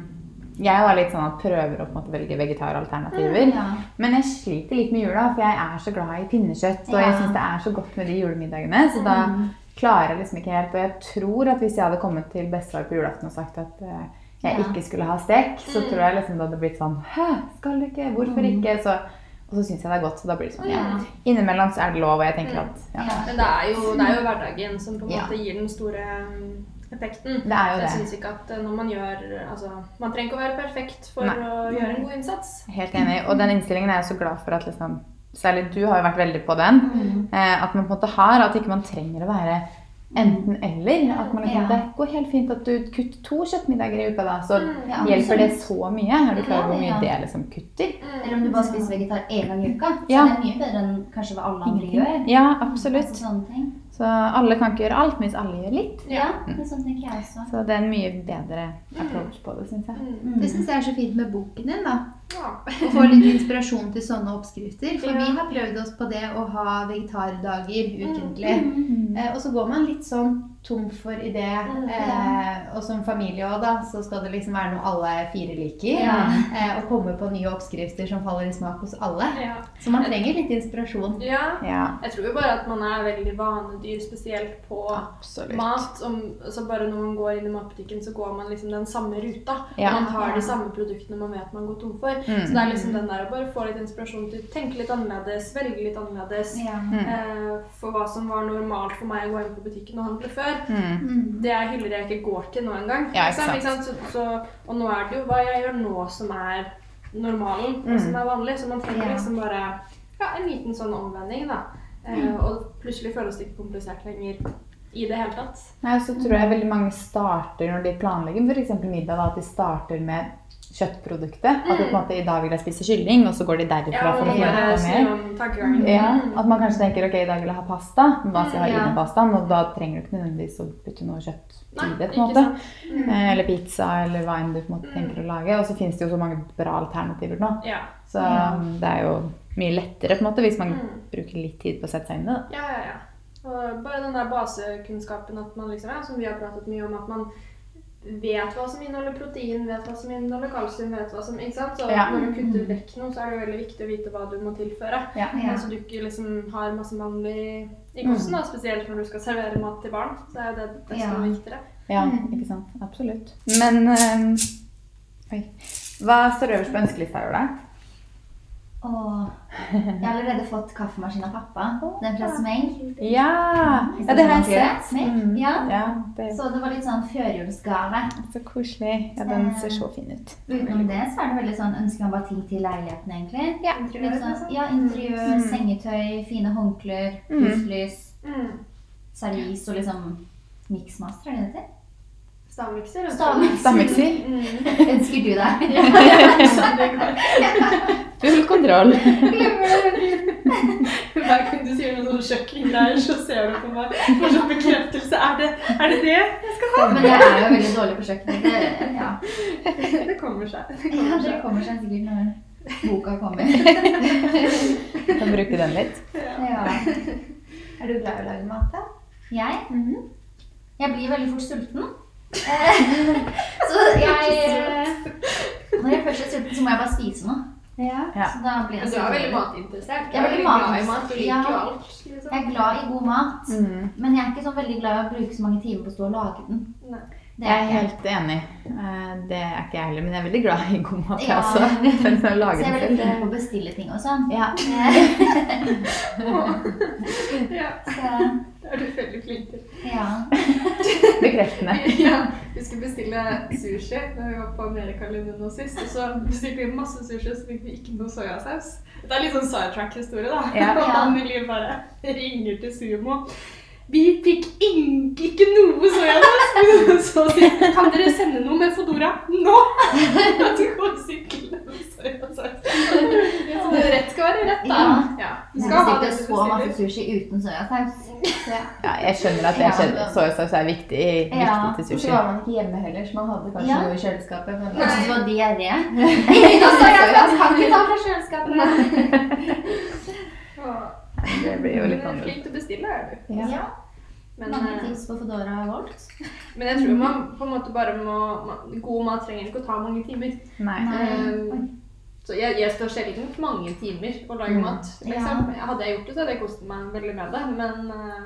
Speaker 2: jeg var litt sånn at prøver å på en måte velge vegetaralternativer.
Speaker 4: Mm, ja.
Speaker 2: Men jeg sliter litt med jula, for jeg er så glad i pinnekjøtt. Og jeg
Speaker 4: Ja.
Speaker 2: syns det er så godt med de julemiddagene. Så da klarer jeg liksom ikke helt. Og jeg tror at hvis jeg hadde kommet til bestefar på julaften og sagt at eh, jeg
Speaker 4: Ja.
Speaker 2: ikke skulle ha stek, så
Speaker 3: Mm.
Speaker 2: tror jeg liksom det hadde blitt sånn Hæ, skal du ikke? Hvorfor
Speaker 4: Mm.
Speaker 2: ikke? Så, og så syns jeg det er godt, så da blir det sånn. Ja.
Speaker 4: Mm.
Speaker 2: Innimellom så er det lov, og jeg tenker
Speaker 3: Mm.
Speaker 2: at
Speaker 4: Ja.
Speaker 2: ja.
Speaker 3: Men det er jo, det er jo hverdagen som på en
Speaker 2: Ja.
Speaker 3: måte gir den store um, effekten.
Speaker 2: Det er jo
Speaker 3: Jeg
Speaker 2: det.
Speaker 3: synes ikke at uh, når man gjør Altså, man trenger ikke å være perfekt for
Speaker 2: Nei.
Speaker 3: å gjøre en god innsats.
Speaker 2: Helt enig. Og den innstillingen er jeg så glad for at liksom Særlig du har jo vært veldig på den.
Speaker 4: Mm.
Speaker 2: eh, At man på en måte har, at ikke man trenger å være enten-eller. At man liksom,
Speaker 4: Ja.
Speaker 2: Det går helt fint at du kutter to kjøttmiddager i uka, da, så
Speaker 3: Mm.
Speaker 4: Ja,
Speaker 2: hjelper det
Speaker 4: absolutt.
Speaker 2: så mye. Er du klar over hvor
Speaker 4: Ja,
Speaker 2: mye
Speaker 4: ja.
Speaker 2: det liksom kutter?
Speaker 4: Eller om du bare spiser vegetar én gang i uka. Så
Speaker 2: Ja.
Speaker 4: det er mye bedre enn kanskje hva alle andre gjør.
Speaker 2: Ja, absolutt.
Speaker 4: Altså sånne ting.
Speaker 2: Så alle kan ikke gjøre alt, mens alle gjør litt.
Speaker 4: Ja, det er sånn tenker jeg også.
Speaker 2: Så det er en mye bedre approach på det, syns jeg.
Speaker 3: Mm.
Speaker 4: Mm.
Speaker 1: Det syns jeg er så fint med boken din. da.
Speaker 3: Ja.
Speaker 1: Å få litt inspirasjon til sånne oppskrifter. For
Speaker 3: Ja.
Speaker 1: vi har prøvd oss på det å ha vegetardager ukentlig.
Speaker 4: Mm.
Speaker 1: Eh, og så går man litt sånn tom for idé. Eh, og som familie òg, da, så skal det liksom være noe alle fire liker.
Speaker 4: Ja.
Speaker 3: Mm.
Speaker 1: Eh, og komme på nye oppskrifter som faller i smak hos alle.
Speaker 3: Ja.
Speaker 1: Så man trenger litt inspirasjon.
Speaker 3: ja.
Speaker 2: Ja,
Speaker 3: Jeg tror jo bare at man er veldig vanedyr, spesielt på
Speaker 2: absolutt.
Speaker 3: mat. om- så bare når man går inn i matbutikken, så går man liksom den samme ruta.
Speaker 2: Ja.
Speaker 3: Man tar de samme produktene man vet man går tom for.
Speaker 2: Mm.
Speaker 3: Så det er liksom den der å bare få litt inspirasjon til å tenke litt annerledes, velge litt annerledes.
Speaker 4: Ja.
Speaker 2: Mm.
Speaker 3: Eh, for hva som var normalt for meg å gå inn på butikken og handle før.
Speaker 2: Mm.
Speaker 1: Mm.
Speaker 3: Det er hyller jeg ikke går til nå engang.
Speaker 2: Ja, ikke
Speaker 3: liksom,
Speaker 2: sant.
Speaker 3: Så, så, og nå er det jo hva jeg gjør nå som er normalen, og
Speaker 2: Mm.
Speaker 3: som er vanlig. Så man trenger
Speaker 4: Ja.
Speaker 3: liksom bare ja, en liten sånn omvending, da. Eh,
Speaker 2: Mm.
Speaker 3: og plutselig føles det ikke komplisert lenger i det hele tatt.
Speaker 2: Nei, og så tror
Speaker 3: Mm.
Speaker 2: jeg veldig mange starter når de planlegger for eksempel middag, da, at de starter med kjøttproduktet. At de på en måte i dag vil jeg spise kylling, og så går de derfra
Speaker 3: Mm. Ja, og
Speaker 2: for å
Speaker 3: man
Speaker 2: finne
Speaker 3: bare
Speaker 2: noe
Speaker 3: snur
Speaker 2: mer.
Speaker 3: om tankegangen.
Speaker 2: Ja,
Speaker 3: Mm.
Speaker 2: at man kanskje tenker ok, i dag vil jeg ha pasta, men hva skal jeg ha
Speaker 4: Ja.
Speaker 2: inni pastaen? Og da trenger du ikke nødvendigvis å putte noe kjøtt i
Speaker 3: Nei,
Speaker 2: det. på en
Speaker 3: ikke
Speaker 2: måte.
Speaker 3: sant. Mm.
Speaker 2: Eh, Eller pizza, eller hva enn du på en måte
Speaker 3: Mm.
Speaker 2: tenker å lage. Og så finnes det jo så mange bra alternativer nå.
Speaker 3: Ja.
Speaker 2: Så
Speaker 4: Ja.
Speaker 2: um, det er jo mye lettere på en måte hvis man
Speaker 3: Mm.
Speaker 2: bruker litt tid på å sette seg inn i det.
Speaker 3: Ja, ja, ja. Og bare den der basekunnskapen at man liksom, ja, som vi har pratet mye om, at man vet hva som inneholder protein, vet hva som inneholder kalsium, vet hva som, ikke sant? Så
Speaker 2: Ja.
Speaker 3: når du kutter vekk noe, så er det veldig viktig å vite hva du må tilføre.
Speaker 2: Ja.
Speaker 4: Ja.
Speaker 3: Så du ikke liksom har masse mandler i, i kosten, da, spesielt når du skal servere mat til barn. Så er jo det desto
Speaker 4: Ja.
Speaker 3: viktigere.
Speaker 2: Ja,
Speaker 4: Mm.
Speaker 2: ikke sant. Absolutt. Men um, oi. Hva står øverst på ønskelista i år, da?
Speaker 4: Åh, jeg har allerede fått kaffemaskin av pappa. Den fra Smeng.
Speaker 2: Ja! ja, det har jeg sett.
Speaker 4: Smeng?
Speaker 2: Mm.
Speaker 4: Ja.
Speaker 2: Ja, det er
Speaker 4: Så det var litt sånn førjulsgave.
Speaker 2: så koselig. Ja, den ser så fin ut.
Speaker 4: Utenom det så er det veldig sånn ønsker man bare ting til leiligheten, egentlig.
Speaker 2: Ja.
Speaker 3: Interiør,
Speaker 4: Litt sånn,
Speaker 3: liksom.
Speaker 4: ja, interiør,
Speaker 2: Mm.
Speaker 4: sengetøy, fine håndklær,
Speaker 2: Mm.
Speaker 4: huslys,
Speaker 3: Mm.
Speaker 4: servis og liksom miksmaster, er det det
Speaker 3: Stavmikser.
Speaker 4: heter?
Speaker 3: altså.
Speaker 4: Stavmiks.
Speaker 2: Stammeksi.
Speaker 3: Mm.
Speaker 4: Ønsker du deg?
Speaker 3: Så det går.
Speaker 2: Full kontroll.
Speaker 3: Hver gang du sier noe sånn kjøkkengreier, så ser du på meg. For sånn bekreftelse. Er det er det? det?
Speaker 4: Men jeg er jo veldig dårlig på kjøkkenet. Det- Ja,
Speaker 3: Det kommer seg. Det
Speaker 4: ja
Speaker 3: kommer
Speaker 4: det
Speaker 3: seg.
Speaker 4: kommer seg sikkert når boka kommer.
Speaker 2: Kan bruke den litt.
Speaker 4: Ja.
Speaker 1: Er du glad i å lage mat, da?
Speaker 4: Jeg
Speaker 1: Mhm.
Speaker 4: Jeg blir veldig fort sulten. Eh, Så jeg eh, Når jeg først er sulten, så må jeg bare spise noe.
Speaker 1: Ja.
Speaker 2: Ja.
Speaker 4: Så da blir jeg
Speaker 3: Men du er veldig matinteressert. Du
Speaker 4: Jeg er
Speaker 3: er
Speaker 4: veldig
Speaker 3: veldig glad i
Speaker 4: matinteressert.
Speaker 3: mat. Du
Speaker 4: Ja.
Speaker 3: liker jo alt. liksom.
Speaker 4: Jeg er glad i god mat,
Speaker 2: Mm.
Speaker 4: men jeg er ikke sånn veldig glad i å bruke så mange timer på å stå og lage den.
Speaker 3: Nei.
Speaker 4: Det
Speaker 2: Jeg er
Speaker 4: er jeg.
Speaker 2: helt enig. Eh, Det er ikke jeg heller, men jeg er veldig glad i god mat, jeg
Speaker 4: Ja.
Speaker 2: også. For å
Speaker 4: Så
Speaker 2: lage
Speaker 4: jeg er
Speaker 2: den
Speaker 4: veldig flink
Speaker 2: selv.
Speaker 4: på å bestille ting og sånn.
Speaker 2: Ja.
Speaker 4: Eh,
Speaker 3: Ja.
Speaker 4: så-
Speaker 3: Det er du veldig flink til.
Speaker 4: Ja.
Speaker 2: Bekreftende.
Speaker 3: Ja, vi skulle bestille sushi da vi var på Amerikalinjen nå sist. Og så bestilte vi masse sushi, så fikk vi ikke noe soyasaus. Det er litt sånn sidetrack-historie, da.
Speaker 2: Ja.
Speaker 3: Og
Speaker 4: Ja.
Speaker 3: Anneli bare ringer til Sumo. Vi fikk ing- ikke noe soyasaus! Så sier hun, kan dere sende noe med Fodora nå? At du kan sykle med soyasaus. Så rett skal være rett, da.
Speaker 4: Ja.
Speaker 3: Ja. Du
Speaker 4: Men
Speaker 3: skal ha
Speaker 4: bestilte
Speaker 3: det du
Speaker 4: så masse
Speaker 3: bestiller.
Speaker 4: sushi uten soyasaus.
Speaker 1: Ja.
Speaker 2: Ja, jeg skjønner at det er
Speaker 1: Ja.
Speaker 2: skjønner. soyasaus er viktig,
Speaker 4: Ja,
Speaker 2: viktig til
Speaker 1: Så
Speaker 2: sushi.
Speaker 1: var man ikke hjemme heller, så man hadde kanskje
Speaker 4: Ja.
Speaker 1: noe i kjøleskapet. Men
Speaker 4: Kanskje det var diaré.
Speaker 1: Ingen
Speaker 4: soyasaus
Speaker 1: kan ikke ta fra kjøleskapet.
Speaker 3: Åh,
Speaker 2: Det blir jo
Speaker 3: men
Speaker 2: litt annerledes.
Speaker 3: Flink til å bestille, er du.
Speaker 1: Ja.
Speaker 4: Ja.
Speaker 3: Men,
Speaker 4: Mange
Speaker 3: eh,
Speaker 4: tips på Foodora og Volt.
Speaker 3: Men jeg tror man på en måte bare må man- God mat trenger ikke å ta mange timer.
Speaker 2: Nei.
Speaker 4: Nei.
Speaker 3: Eh, så jeg, jeg står sjelden mange timer og lager
Speaker 2: Mm.
Speaker 3: mat. Liksom. Hadde jeg gjort det, så hadde jeg kost meg veldig med det. Men, eh,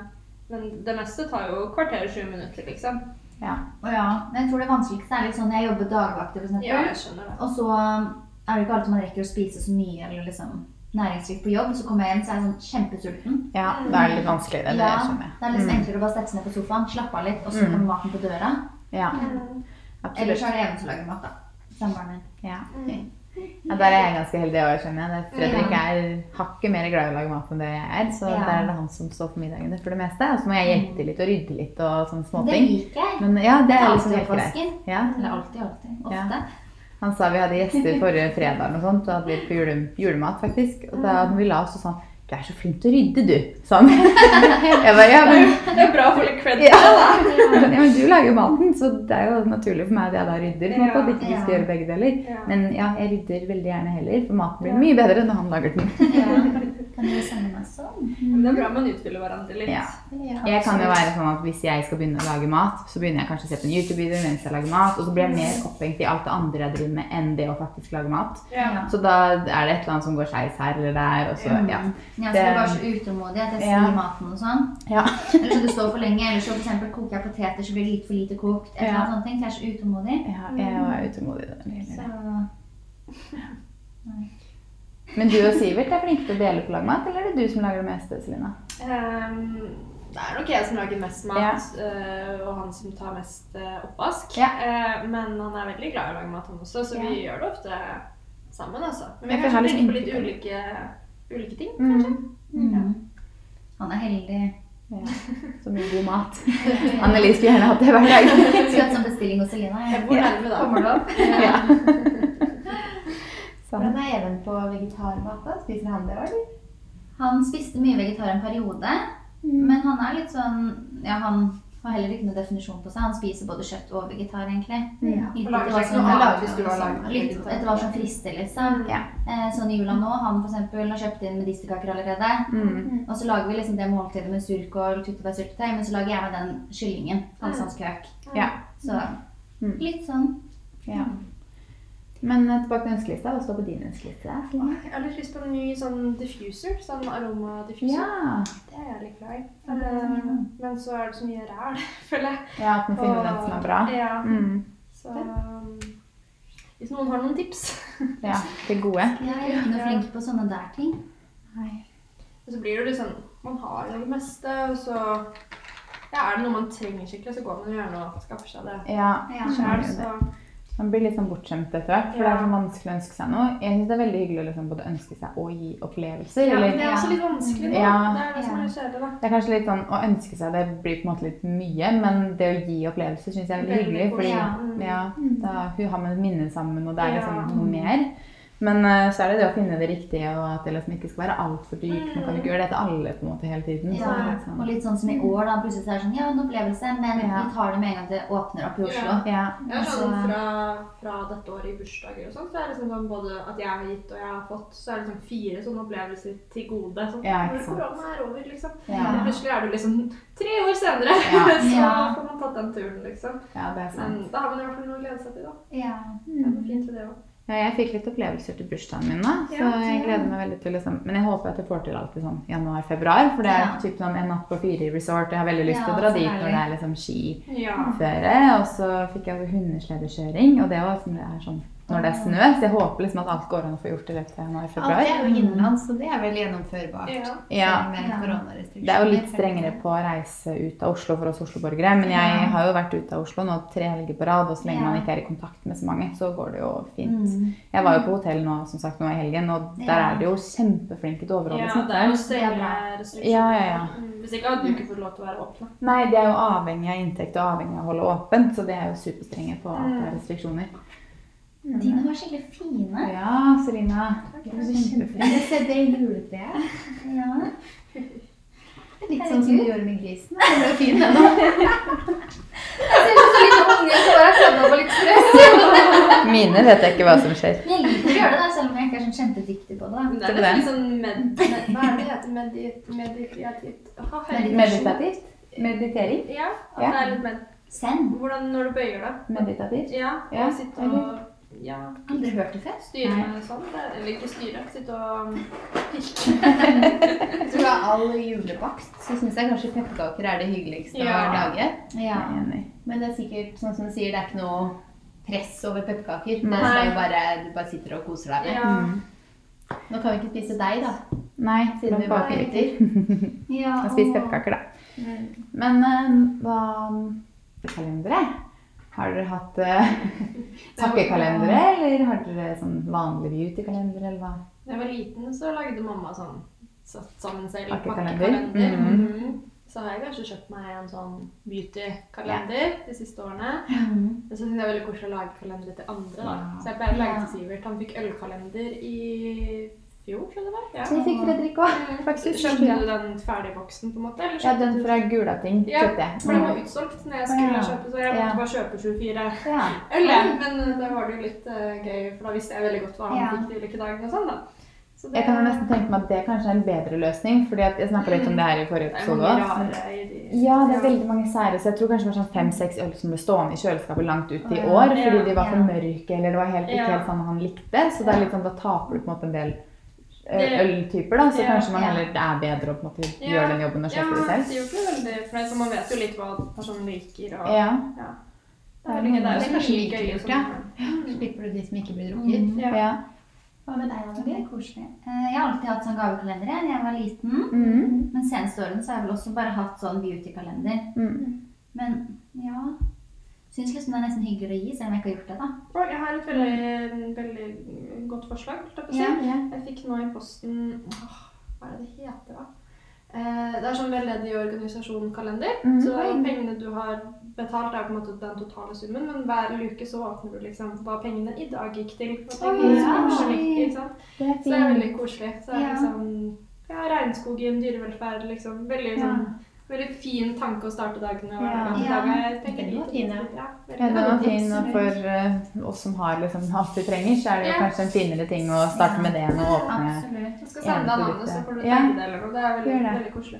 Speaker 3: men det meste tar jo kvarter og 20 minutter, liksom.
Speaker 4: Og ja, men jeg tror det vanskeligste er litt sånn jeg jobber dagvakter, for eksempel.
Speaker 3: Ja, jeg skjønner det.
Speaker 4: Og så um, er det ikke alltid man rekker å spise så mye eller liksom næringsrikt på jobb. Så kommer jeg hjem, så er jeg sånn kjempesulten.
Speaker 2: Ja, det er litt vanskeligere. Det skjønner jeg.
Speaker 4: det er liksom enklere å bare sette seg ned på sofaen, slappe av litt, og så
Speaker 2: Mm.
Speaker 4: kommer maten på døra.
Speaker 2: Ja,
Speaker 4: Eller
Speaker 2: absolutt.
Speaker 4: så er det Even som lager mat, da. Samboeren min.
Speaker 2: Ja.
Speaker 3: Mm.
Speaker 2: Ja, der er jeg ganske heldig òg, skjønner jeg. Det- Fredrik er hakket mer glad i å lage mat enn det jeg er, så
Speaker 4: Ja.
Speaker 2: der er det han som står for middagene for det meste. Og så må jeg hjelpe til litt og rydde litt og sånne
Speaker 4: Det
Speaker 2: småting.
Speaker 4: liker jeg.
Speaker 2: Men ja, det
Speaker 4: Det
Speaker 2: er
Speaker 4: er
Speaker 2: liksom
Speaker 4: alltid
Speaker 2: helt greit.
Speaker 4: oppvasken.
Speaker 2: Ja.
Speaker 4: Eller alltid, alltid.
Speaker 2: Ja.
Speaker 4: Ofte.
Speaker 2: Han sa vi hadde gjester forrige fredag, og sånt, og hadde vi på jule, julemat, faktisk. Og da når vi la oss, så sa han du er så flink til å rydde, du. sa han. Jeg bare, ja, men,
Speaker 3: Det er bra å få litt cred.
Speaker 2: ja. ja, men du lager jo maten, så det er jo naturlig for meg at jeg da rydder. på en måte, At ikke vi skal
Speaker 4: Ja.
Speaker 2: gjøre begge deler.
Speaker 3: Ja.
Speaker 2: Men ja, jeg rydder veldig gjerne heller, for maten blir mye bedre når han lager den.
Speaker 4: Ja. Kan du sende meg sånn?
Speaker 3: Men det er bra man utfyller hverandre litt.
Speaker 2: Ja. Jeg kan jo være sånn at Hvis jeg skal begynne å lage mat, så begynner jeg kanskje å se på en YouTube-video mens jeg lager mat, og så blir jeg mer opphengt i alt det andre jeg driver med, enn det å faktisk lage mat.
Speaker 4: Ja.
Speaker 2: Så da er det et eller annet som går skeis her eller der, og så ja.
Speaker 4: Jeg
Speaker 2: Det-
Speaker 4: er bare så utålmodig at jeg
Speaker 2: Ja.
Speaker 4: sier maten og sånn.
Speaker 2: Ja.
Speaker 4: Eller så det står for lenge, eller så for eksempel koker jeg poteter, så blir det litt for lite kokt. Et eller
Speaker 2: Ja.
Speaker 4: annet sånt. ting, Så jeg er så utålmodig.
Speaker 2: Ja, jeg var utålmodig. da, eller-
Speaker 4: Så
Speaker 2: Men du og Sivert er flinke til å dele på å lage mat, eller er det du som lager det meste, Celine?
Speaker 3: Ehm, det er nok jeg som lager mest mat, eh, og han som tar mest eh, oppvask.
Speaker 2: Ja.
Speaker 3: Eh, men han er veldig glad i å lage mat, han også, så vi gjør det ofte sammen. altså.
Speaker 2: Ja,
Speaker 3: Men vi
Speaker 2: for jeg har
Speaker 3: kanskje
Speaker 2: liksom
Speaker 3: tenker på litt
Speaker 2: inntrykk
Speaker 3: ulike, ulike ting, kanskje.
Speaker 2: Mm.
Speaker 4: Mm. Han er heldig.
Speaker 2: Ja. Så mye god mat. Anneli skulle gjerne hatt det hver dag.
Speaker 4: Skulle hatt sånn bestilling hos Selina.
Speaker 3: Jeg
Speaker 4: jeg.
Speaker 3: bor nærme, da.
Speaker 4: Kommer det opp?
Speaker 2: Ja. Sånn.
Speaker 1: Hvordan er Even på vegetarmat? da? Spiser han det òg?
Speaker 4: Han spiste mye vegetar en periode,
Speaker 2: Mm.
Speaker 4: men han er litt sånn Ja, han har heller ikke noen definisjon på seg. Han spiser både kjøtt og vegetar, egentlig.
Speaker 1: Ja.
Speaker 4: Litt
Speaker 3: Og lager
Speaker 4: etter hva
Speaker 3: seg
Speaker 4: som-
Speaker 3: noe
Speaker 4: han
Speaker 3: annet
Speaker 4: lager
Speaker 3: hvis du
Speaker 4: noe
Speaker 3: har
Speaker 4: sånn.
Speaker 3: laget
Speaker 4: Litt
Speaker 3: vegetar.
Speaker 4: etter hva som frister, liksom.
Speaker 2: Ja.
Speaker 4: Eh, Sånn i jula nå, han for eksempel har kjøpt inn medisterkaker allerede.
Speaker 2: Mm.
Speaker 4: Og så lager vi liksom det måltidet med surkål, tyttebærsyltetøy, men så lager jeg meg den kyllingen. Halshanskøk.
Speaker 2: Ja.
Speaker 4: Så
Speaker 2: Mm.
Speaker 4: litt sånn.
Speaker 2: ja. Men eh, tilbake til ønskelista. Hva står på din ønskeliste? Celine?
Speaker 3: Åh, Jeg har litt lyst på en ny sånn diffuser, sånn aromadiffuser.
Speaker 2: Ja.
Speaker 3: Det er jeg litt glad i. Eh, men så er det så mye ræl, føler jeg.
Speaker 2: ja, at man finner den som er bra.
Speaker 3: Ja,
Speaker 2: Mm.
Speaker 3: så... um, Hvis noen har noen tips,
Speaker 2: Ja, det gode.
Speaker 4: Jeg er ikke noe flink på sånne der ting.
Speaker 3: så blir det litt sånn Man har jo det meste, og så ja, er det noe man trenger skikkelig, så går man jo gjerne og skaffer seg det
Speaker 2: Ja,
Speaker 4: Ja.
Speaker 3: sjøl,
Speaker 2: skjønner jo det.
Speaker 3: så
Speaker 2: Man blir litt sånn bortskjemt etter hvert, for det
Speaker 3: Ja.
Speaker 2: er så vanskelig å ønske seg noe. Jeg synes det er veldig hyggelig å liksom både ønske seg og gi opplevelser.
Speaker 3: Ja, men
Speaker 2: Eller,
Speaker 3: det er også litt vanskelig nå.
Speaker 2: Ja.
Speaker 3: Det er det som er kjedelig, da.
Speaker 2: det er kanskje litt sånn å ønske seg, det blir på en måte litt mye, men det å gi opplevelser synes jeg er veldig hyggelig. Fordi
Speaker 4: Ja.
Speaker 2: ja, da, hun har med et minne sammen, og det er liksom
Speaker 3: Mm. Ja.
Speaker 2: noe mer. Men eh, så er det det å finne det riktige, og at det liksom ikke skal være altfor dyrt. Man
Speaker 3: Mm.
Speaker 2: kan ikke gjøre det til alle på en måte hele tiden. Så det er litt
Speaker 4: Og
Speaker 2: sånn,
Speaker 4: litt sånn som i år, da. Plutselig så er det sånn Ja, en opplevelse, men
Speaker 2: Ja.
Speaker 4: vi tar det med en gang det åpner opp i Oslo.
Speaker 3: Ja.
Speaker 2: ja,
Speaker 3: Jeg er sånn
Speaker 4: Altså-
Speaker 3: fra, fra dette året i bursdager og sånn, så er det liksom sånn både at jeg har gitt og jeg har fått, så er det liksom fire sånne opplevelser til gode. Sånn,
Speaker 2: Ja, ikke
Speaker 3: når
Speaker 2: sant.
Speaker 3: korona er over, liksom.
Speaker 2: Ja.
Speaker 3: Men Plutselig er du liksom tre år senere,
Speaker 2: Ja.
Speaker 3: så
Speaker 4: Ja.
Speaker 3: får man tatt den turen, liksom.
Speaker 2: ja, Mm. det er sant.
Speaker 3: Men da har man i hvert fall noe å glede seg til, da.
Speaker 4: Ja.
Speaker 3: Det er noe fint ved det òg.
Speaker 2: Ja, jeg fikk litt opplevelser til bursdagen min, da. Så
Speaker 3: Ja,
Speaker 2: jeg gleder meg veldig til liksom Men jeg håper at jeg får til alt i sånn januar-februar. For det er
Speaker 4: Ja.
Speaker 2: typ sånn en natt på fire i resort. og Jeg har veldig lyst til
Speaker 4: Ja,
Speaker 2: å dra
Speaker 4: så
Speaker 2: dit
Speaker 4: herlig.
Speaker 2: når det er liksom
Speaker 3: Ja.
Speaker 2: skiføre. Og så fikk jeg altså hundesledekjøring, og det var liksom det er sånn
Speaker 4: Oi,
Speaker 2: når det er snø. Så jeg håper liksom at alt går an å få gjort i løpet av januar og
Speaker 1: Alt
Speaker 2: februar.
Speaker 1: er jo innenlands, så det er vel gjennomførbart.
Speaker 3: Ja.
Speaker 2: Ja,
Speaker 1: selv Med
Speaker 4: Ja.
Speaker 1: koronarestriksjoner.
Speaker 2: det er jo litt strengere på å reise ut av Oslo for oss Oslo-borgere, men jeg har jo vært ute av Oslo nå tre helger på rad, og så lenge
Speaker 4: Ja.
Speaker 2: man ikke er i kontakt med så mange, så går det jo fint.
Speaker 4: Mm.
Speaker 2: Jeg var jo på hotell nå som sagt nå i helgen, og der
Speaker 4: Ja.
Speaker 2: er det jo kjempeflinke til å overholde
Speaker 3: Ja, det er
Speaker 2: smittevern.
Speaker 3: jo strenge restriksjoner.
Speaker 2: Ja, ja, ja.
Speaker 3: Mm, Hvis ikke hadde du ikke fått lov til å være åpne.
Speaker 2: Nei, de er jo avhengig av inntekt og avhengig av å holde åpent, så de er jo superstrenge på alt av restriksjoner.
Speaker 4: Dine var skikkelig fine.
Speaker 2: Ja, Selina. du er så kjempeflink.
Speaker 1: Jeg ser det juletreet.
Speaker 4: Ja.
Speaker 1: Litt sånn som du gjorde med grisen. Det ble jo fin, den da.
Speaker 4: Jeg ser ut som en liten unge som bare har kladda på litt stress.
Speaker 2: Mine vet jeg ikke hva som skjer.
Speaker 4: Jeg liker å gjøre det, da, selv om jeg ikke er sånn kjempedyktig på det.
Speaker 3: Men
Speaker 4: da.
Speaker 3: det er
Speaker 2: det.
Speaker 3: nesten sånn med, med, Hva er det det heter? Medit... Meditativt? Å, herregud.
Speaker 2: Meditativt. Meditering.
Speaker 3: Ja, at
Speaker 2: Ja.
Speaker 3: det er litt med
Speaker 4: Send.
Speaker 3: Hvordan når du bøyer deg.
Speaker 2: Meditativt.
Speaker 3: Ja,
Speaker 2: Ja,
Speaker 3: og sitte og ja,
Speaker 4: Aldri hørt det før.
Speaker 3: styre
Speaker 4: Nei.
Speaker 3: med sånn. det- Eller ikke styre, sitte og
Speaker 2: Mm.
Speaker 1: Jeg tror av all julebakst så syns jeg kanskje pepperkaker er det hyggeligste å
Speaker 3: Ja.
Speaker 1: lage.
Speaker 4: Ja.
Speaker 2: Jeg er enig.
Speaker 1: Men det er sikkert sånn som du sier, det er ikke noe press over pepperkaker. Det
Speaker 2: Nei.
Speaker 1: er jo bare, du bare sitter og koser deg med.
Speaker 3: Ja.
Speaker 2: Mm.
Speaker 1: Nå kan vi ikke spise deg, da,
Speaker 2: Nei,
Speaker 1: siden
Speaker 2: siden
Speaker 1: vi
Speaker 2: du
Speaker 1: baker
Speaker 2: baker.
Speaker 1: gutter.
Speaker 4: ja
Speaker 2: Jeg spiser
Speaker 4: og-
Speaker 2: pepperkaker, da. Men eh, hva Kalendere? Har dere hatt uh, takkekalendere, eller har dere sånn vanlig beautykalender, eller hva?
Speaker 3: Da jeg var liten, så lagde mamma sånn satt sammen selv
Speaker 2: Pakkekalender.
Speaker 3: pakkekalender.
Speaker 2: Mhm.
Speaker 3: Mhm. Så har jeg kanskje kjøpt meg en sånn beauty-kalender de siste årene.
Speaker 4: Mhm.
Speaker 3: Men så synes jeg det er veldig koselig å lage kalendere til andre. da.
Speaker 2: Ja.
Speaker 3: Så jeg pleier å lage
Speaker 4: Ja.
Speaker 3: til Sivert. Han fikk ølkalender i fjor, tror jeg det var. Ja.
Speaker 2: Vi fikk Fredrik òg,
Speaker 3: Faktisk,
Speaker 2: faktisk.
Speaker 3: Kjøpte du den ferdigboksen, på en måte?
Speaker 2: Ja,
Speaker 3: Eller kjøpte
Speaker 2: den
Speaker 3: du-
Speaker 2: fra Gulating
Speaker 3: Ja,
Speaker 2: kjøpte jeg.
Speaker 3: For den var utsolgt når jeg skulle
Speaker 2: Ja.
Speaker 3: kjøpe, så jeg måtte
Speaker 2: Ja.
Speaker 3: bare kjøpe 24
Speaker 2: Ja.
Speaker 3: øl. jeg. Men da var det jo litt eh, gøy, for da visste jeg veldig godt hva han
Speaker 4: Ja.
Speaker 3: fikk til hvilke dager og sånn, da. Så
Speaker 2: Jeg kan jo nesten tenke meg at det kanskje er en bedre løsning, fordi at jeg snakket litt om det her i forrige
Speaker 3: Det er
Speaker 2: episode
Speaker 3: mange
Speaker 2: også.
Speaker 3: rare i de
Speaker 2: Ja, det er veldig mange sære, så jeg tror kanskje det var sånn fem-seks øl som ble stående i kjøleskapet langt ut i
Speaker 1: Ja.
Speaker 2: år, fordi de var
Speaker 4: Ja.
Speaker 2: for mørke, eller det var helt, ikke
Speaker 3: Ja.
Speaker 2: helt sånn han likte, så det er litt sånn, da taper du på en måte en del eh,
Speaker 3: Det-
Speaker 2: øltyper da, så
Speaker 3: Ja.
Speaker 2: kanskje man
Speaker 4: Ja.
Speaker 2: heller det er bedre å på en måte
Speaker 3: Ja.
Speaker 2: gjøre den jobben og
Speaker 3: Ja,
Speaker 2: kjøpe det
Speaker 3: man
Speaker 2: selv.
Speaker 3: blir jo ikke veldig fornøyd, for sånn, man vet jo litt hva personen liker. Og,
Speaker 2: Ja,
Speaker 3: Det er jo
Speaker 1: Det er
Speaker 3: så
Speaker 1: kanskje
Speaker 3: mye
Speaker 1: like
Speaker 3: gøy sånn-
Speaker 1: lurt,
Speaker 3: som
Speaker 1: ja. Slipper du de som ikke blir drukket.
Speaker 4: Mhm.
Speaker 3: Ja.
Speaker 2: ja.
Speaker 1: Hva med deg,
Speaker 4: Det
Speaker 1: Anneli?
Speaker 4: er koselig. Eh, Jeg har alltid hatt sånn gavekalender jeg, da jeg var liten.
Speaker 2: Mm.
Speaker 4: Men seneste årene så har jeg vel også bare hatt sånn beautykalender.
Speaker 2: Mm.
Speaker 4: Men ja Syns liksom det er nesten hyggeligere å gi, selv om jeg ikke har gjort det, da.
Speaker 3: Og jeg har et veldig, veldig godt forslag. holdt jeg på å si.
Speaker 4: Ja.
Speaker 3: Jeg fikk nå i posten åh, Hva er det det heter, da? Eh, det er sånn veldedig organisasjon-kalender.
Speaker 2: Mhm.
Speaker 3: Så pengene du har betalt, er på en måte den totale summen, men hver uke så åpner du liksom hva pengene i dag gikk til. Og pengene
Speaker 2: Oi,
Speaker 3: som
Speaker 2: så
Speaker 3: kanskje
Speaker 4: koselig.
Speaker 3: gikk, ikke sant?
Speaker 2: Det er
Speaker 3: Så det er
Speaker 2: fint.
Speaker 3: veldig koselig. Så er det
Speaker 4: Ja.
Speaker 3: liksom ja, regnskogen, dyrevelferd, liksom. Veldig,
Speaker 2: Ja.
Speaker 3: sånn, veldig fin tanke å starte dagen med.
Speaker 2: Ja.
Speaker 3: Ja. I dag er pengene
Speaker 1: Den var
Speaker 3: hit,
Speaker 1: fin, ja.
Speaker 3: hit, ja.
Speaker 2: Ja, den
Speaker 3: veldig.
Speaker 2: var fin, og for eh, oss som har liksom alt vi trenger, så er det jo
Speaker 3: Ja.
Speaker 2: kanskje en finere ting å starte med det enn å åpne.
Speaker 4: Absolutt.
Speaker 3: Jeg skal sende deg navnet, så får du
Speaker 2: Ja.
Speaker 3: tegne det eller noe. Det er veldig,
Speaker 2: Gjør det.
Speaker 3: veldig koselig.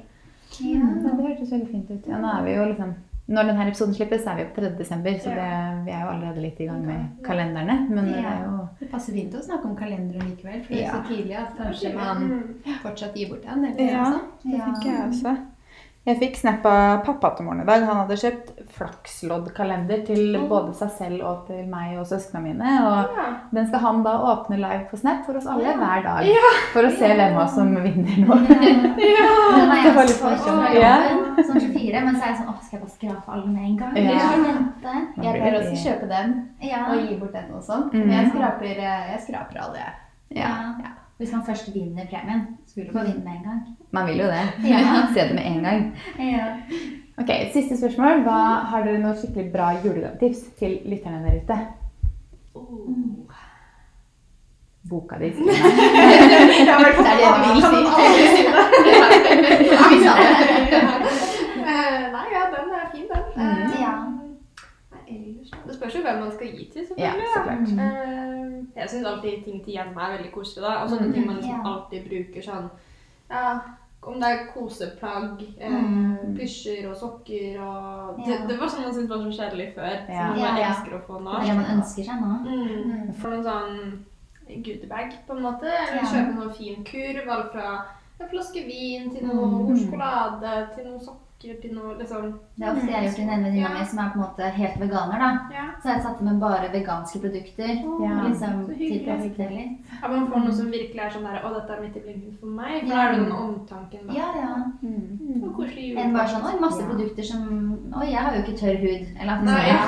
Speaker 4: Ja.
Speaker 2: Ja, det hørtes veldig fint ut. Ja, nå er vi jo liksom, når denne episoden slippes, er vi på 3. desember, så
Speaker 3: Ja.
Speaker 2: det, vi er jo allerede litt i gang
Speaker 3: Ja.
Speaker 2: med kalenderne. Men det
Speaker 4: Ja.
Speaker 2: er jo
Speaker 1: Det passer fint å snakke om kalenderen likevel, for det er
Speaker 2: Ja.
Speaker 1: så tidlig at kanskje man
Speaker 3: Mm.
Speaker 1: fortsatt gir bort den. Eller
Speaker 2: Ja.
Speaker 1: noe sånt.
Speaker 4: Ja.
Speaker 2: også. Jeg fikk snap av pappa til morgen i dag. Han hadde kjøpt flaksloddkalender til både seg selv og til meg og søsknene mine. Og
Speaker 3: Ja.
Speaker 2: den skal han da åpne live på snap for oss alle
Speaker 1: Ja.
Speaker 2: hver dag. For å se hvem av oss som vinner noe.
Speaker 4: Den er jeg
Speaker 2: Det var
Speaker 4: også
Speaker 2: litt
Speaker 4: på
Speaker 2: morsomt.
Speaker 4: fra jobben, sånn 24, men så er jeg sånn Å, skal jeg bare skrape alle med en gang?
Speaker 2: Ja.
Speaker 4: Eller vente?
Speaker 1: Jeg pleier også å kjøpe dem
Speaker 4: Ja.
Speaker 1: og gi bort den og sånn.
Speaker 2: Mm.
Speaker 1: Men jeg skraper, eh, jeg skraper alle, jeg.
Speaker 4: ja.
Speaker 1: Ja.
Speaker 4: Hvis man først vinner premien, skulle du bare vinne med en gang.
Speaker 2: Man vil jo det.
Speaker 4: Ja.
Speaker 2: Se det med en gang.
Speaker 4: Ja.
Speaker 2: Ok, Siste spørsmål. Hva, har dere noen skikkelig bra julegavetips til lytterne der ute?
Speaker 3: Mm.
Speaker 2: Boka di. Selina.
Speaker 1: Det er det du vil si. Ja, vi sa det.
Speaker 3: Eh, Nei, ja, den er fin, den.
Speaker 2: Mm.
Speaker 3: Eh,
Speaker 4: Ja.
Speaker 3: nei, ellers da. Det spørs jo hvem man skal gi til,
Speaker 2: Ja,
Speaker 3: selvfølgelig.
Speaker 2: så
Speaker 3: da.
Speaker 2: klart.
Speaker 3: Eh, jeg syns alltid ting til hjemme er veldig koselig. da, Og sånne ting man liksom
Speaker 4: Mm. ja.
Speaker 3: alltid bruker sånn ja, Om det er koseplagg, eh,
Speaker 4: Mm.
Speaker 3: pysjer og sokker og
Speaker 4: Ja.
Speaker 3: det, det var sånn man syntes var så kjedelig før,
Speaker 2: Ja.
Speaker 3: som man
Speaker 4: Ja.
Speaker 3: elsker å få nå.
Speaker 4: Det er det man ønsker seg nå.
Speaker 3: Mm. For noen sånn goodiebag, på en måte. Eller
Speaker 4: Ja.
Speaker 3: kjøpe noe fin kurv. Alt fra en flaske vin til noe
Speaker 4: Mm.
Speaker 3: sjokolade til noen sokker reker til noe liksom.
Speaker 4: Det er ofte jeg har gjort til en venninne mi som er på en måte helt veganer. da.
Speaker 3: Ja.
Speaker 4: Så jeg satte med bare veganske produkter.
Speaker 2: Ja. altså.
Speaker 4: og liksom
Speaker 3: Så hyggelig.
Speaker 4: tilpasset det litt.
Speaker 3: ja, Man får noe som virkelig er sånn der Å, dette er midt i blinken for meg. For da er det den omtanken. da.
Speaker 4: Ja, ja.
Speaker 2: Mm.
Speaker 3: Og koselig jul.
Speaker 4: Enn bare sånn Oi, masse
Speaker 2: Ja.
Speaker 4: produkter som Oi, jeg har jo ikke tørr hud. Eller at
Speaker 3: Nei.
Speaker 4: ja.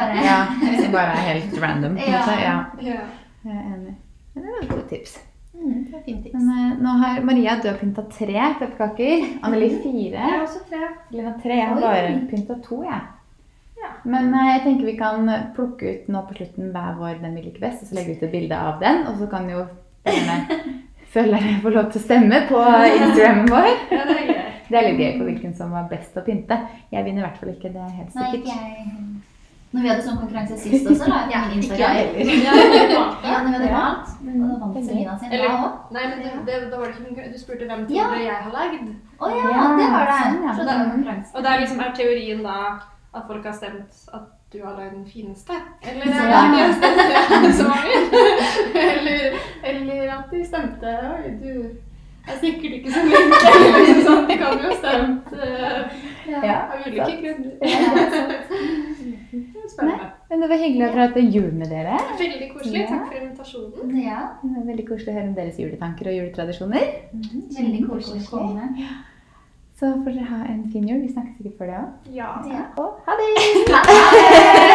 Speaker 4: bare
Speaker 2: Ja, hvis det bare er helt random. på en
Speaker 4: Ja.
Speaker 2: måte. Ja.
Speaker 3: Ja.
Speaker 2: Jeg er enig. Men det var et godt tips.
Speaker 1: Mm, det er fint tips.
Speaker 2: Men eh, nå har Maria, du har pynta tre pepperkaker. Anneli fire.
Speaker 3: Jeg har også tre.
Speaker 2: Lina tre. Jeg har
Speaker 4: Oi.
Speaker 2: bare pynta to, jeg.
Speaker 3: Ja.
Speaker 2: Men eh, jeg tenker vi kan plukke ut nå på slutten hver vår den vi liker best, og så legge ut et bilde av den. Og så kan jo følgerne følgere få lov til å stemme på Instagrammen vår.
Speaker 3: Ja, det er gøy.
Speaker 2: Det er litt gøy på hvilken som var best å pynte. Jeg vinner i hvert fall ikke, det er helt
Speaker 4: Nei,
Speaker 2: sikkert.
Speaker 4: ikke jeg. Når vi hadde sånn konkurranse sist også, la jeg ut min Instagram.
Speaker 3: Ja, det er bra.
Speaker 4: Ja, når vi hadde valgt. Og da vant
Speaker 2: Veldig.
Speaker 4: Selina sin.
Speaker 3: Eller-
Speaker 4: da også.
Speaker 3: Nei, men det, det, da var det ikke konkurranse. Du spurte hvem
Speaker 4: Ja.
Speaker 3: trodde jeg har lagd.
Speaker 4: Å ja,
Speaker 2: Ja,
Speaker 4: det var det.
Speaker 2: sånn, ja.
Speaker 4: Så det var konkurranse.
Speaker 3: Og det er liksom, er teorien da at folk har stemt at du har lagd den fineste? Eller
Speaker 4: Så
Speaker 3: er det
Speaker 4: rart.
Speaker 3: de har stemt som har vunnet? Eller, eller at de stemte Oi, du er sikkert ikke så flink. Eller liksom sånn, De kan jo ha stemt eh,
Speaker 2: Ja,
Speaker 3: av ulike grunner. Det er Spennende.
Speaker 2: Men det var hyggelig å prate jul med dere.
Speaker 3: Veldig koselig.
Speaker 2: Ja.
Speaker 3: Takk for invitasjonen.
Speaker 4: Ja,
Speaker 2: Det var Veldig koselig å høre om deres juletanker og juletradisjoner.
Speaker 4: veldig koselig å komme.
Speaker 2: Så får dere ha en fin jul. Vi snakkes sikkert før det òg.
Speaker 3: Ja.
Speaker 4: Ja.
Speaker 2: Og ha det!
Speaker 4: Ha det!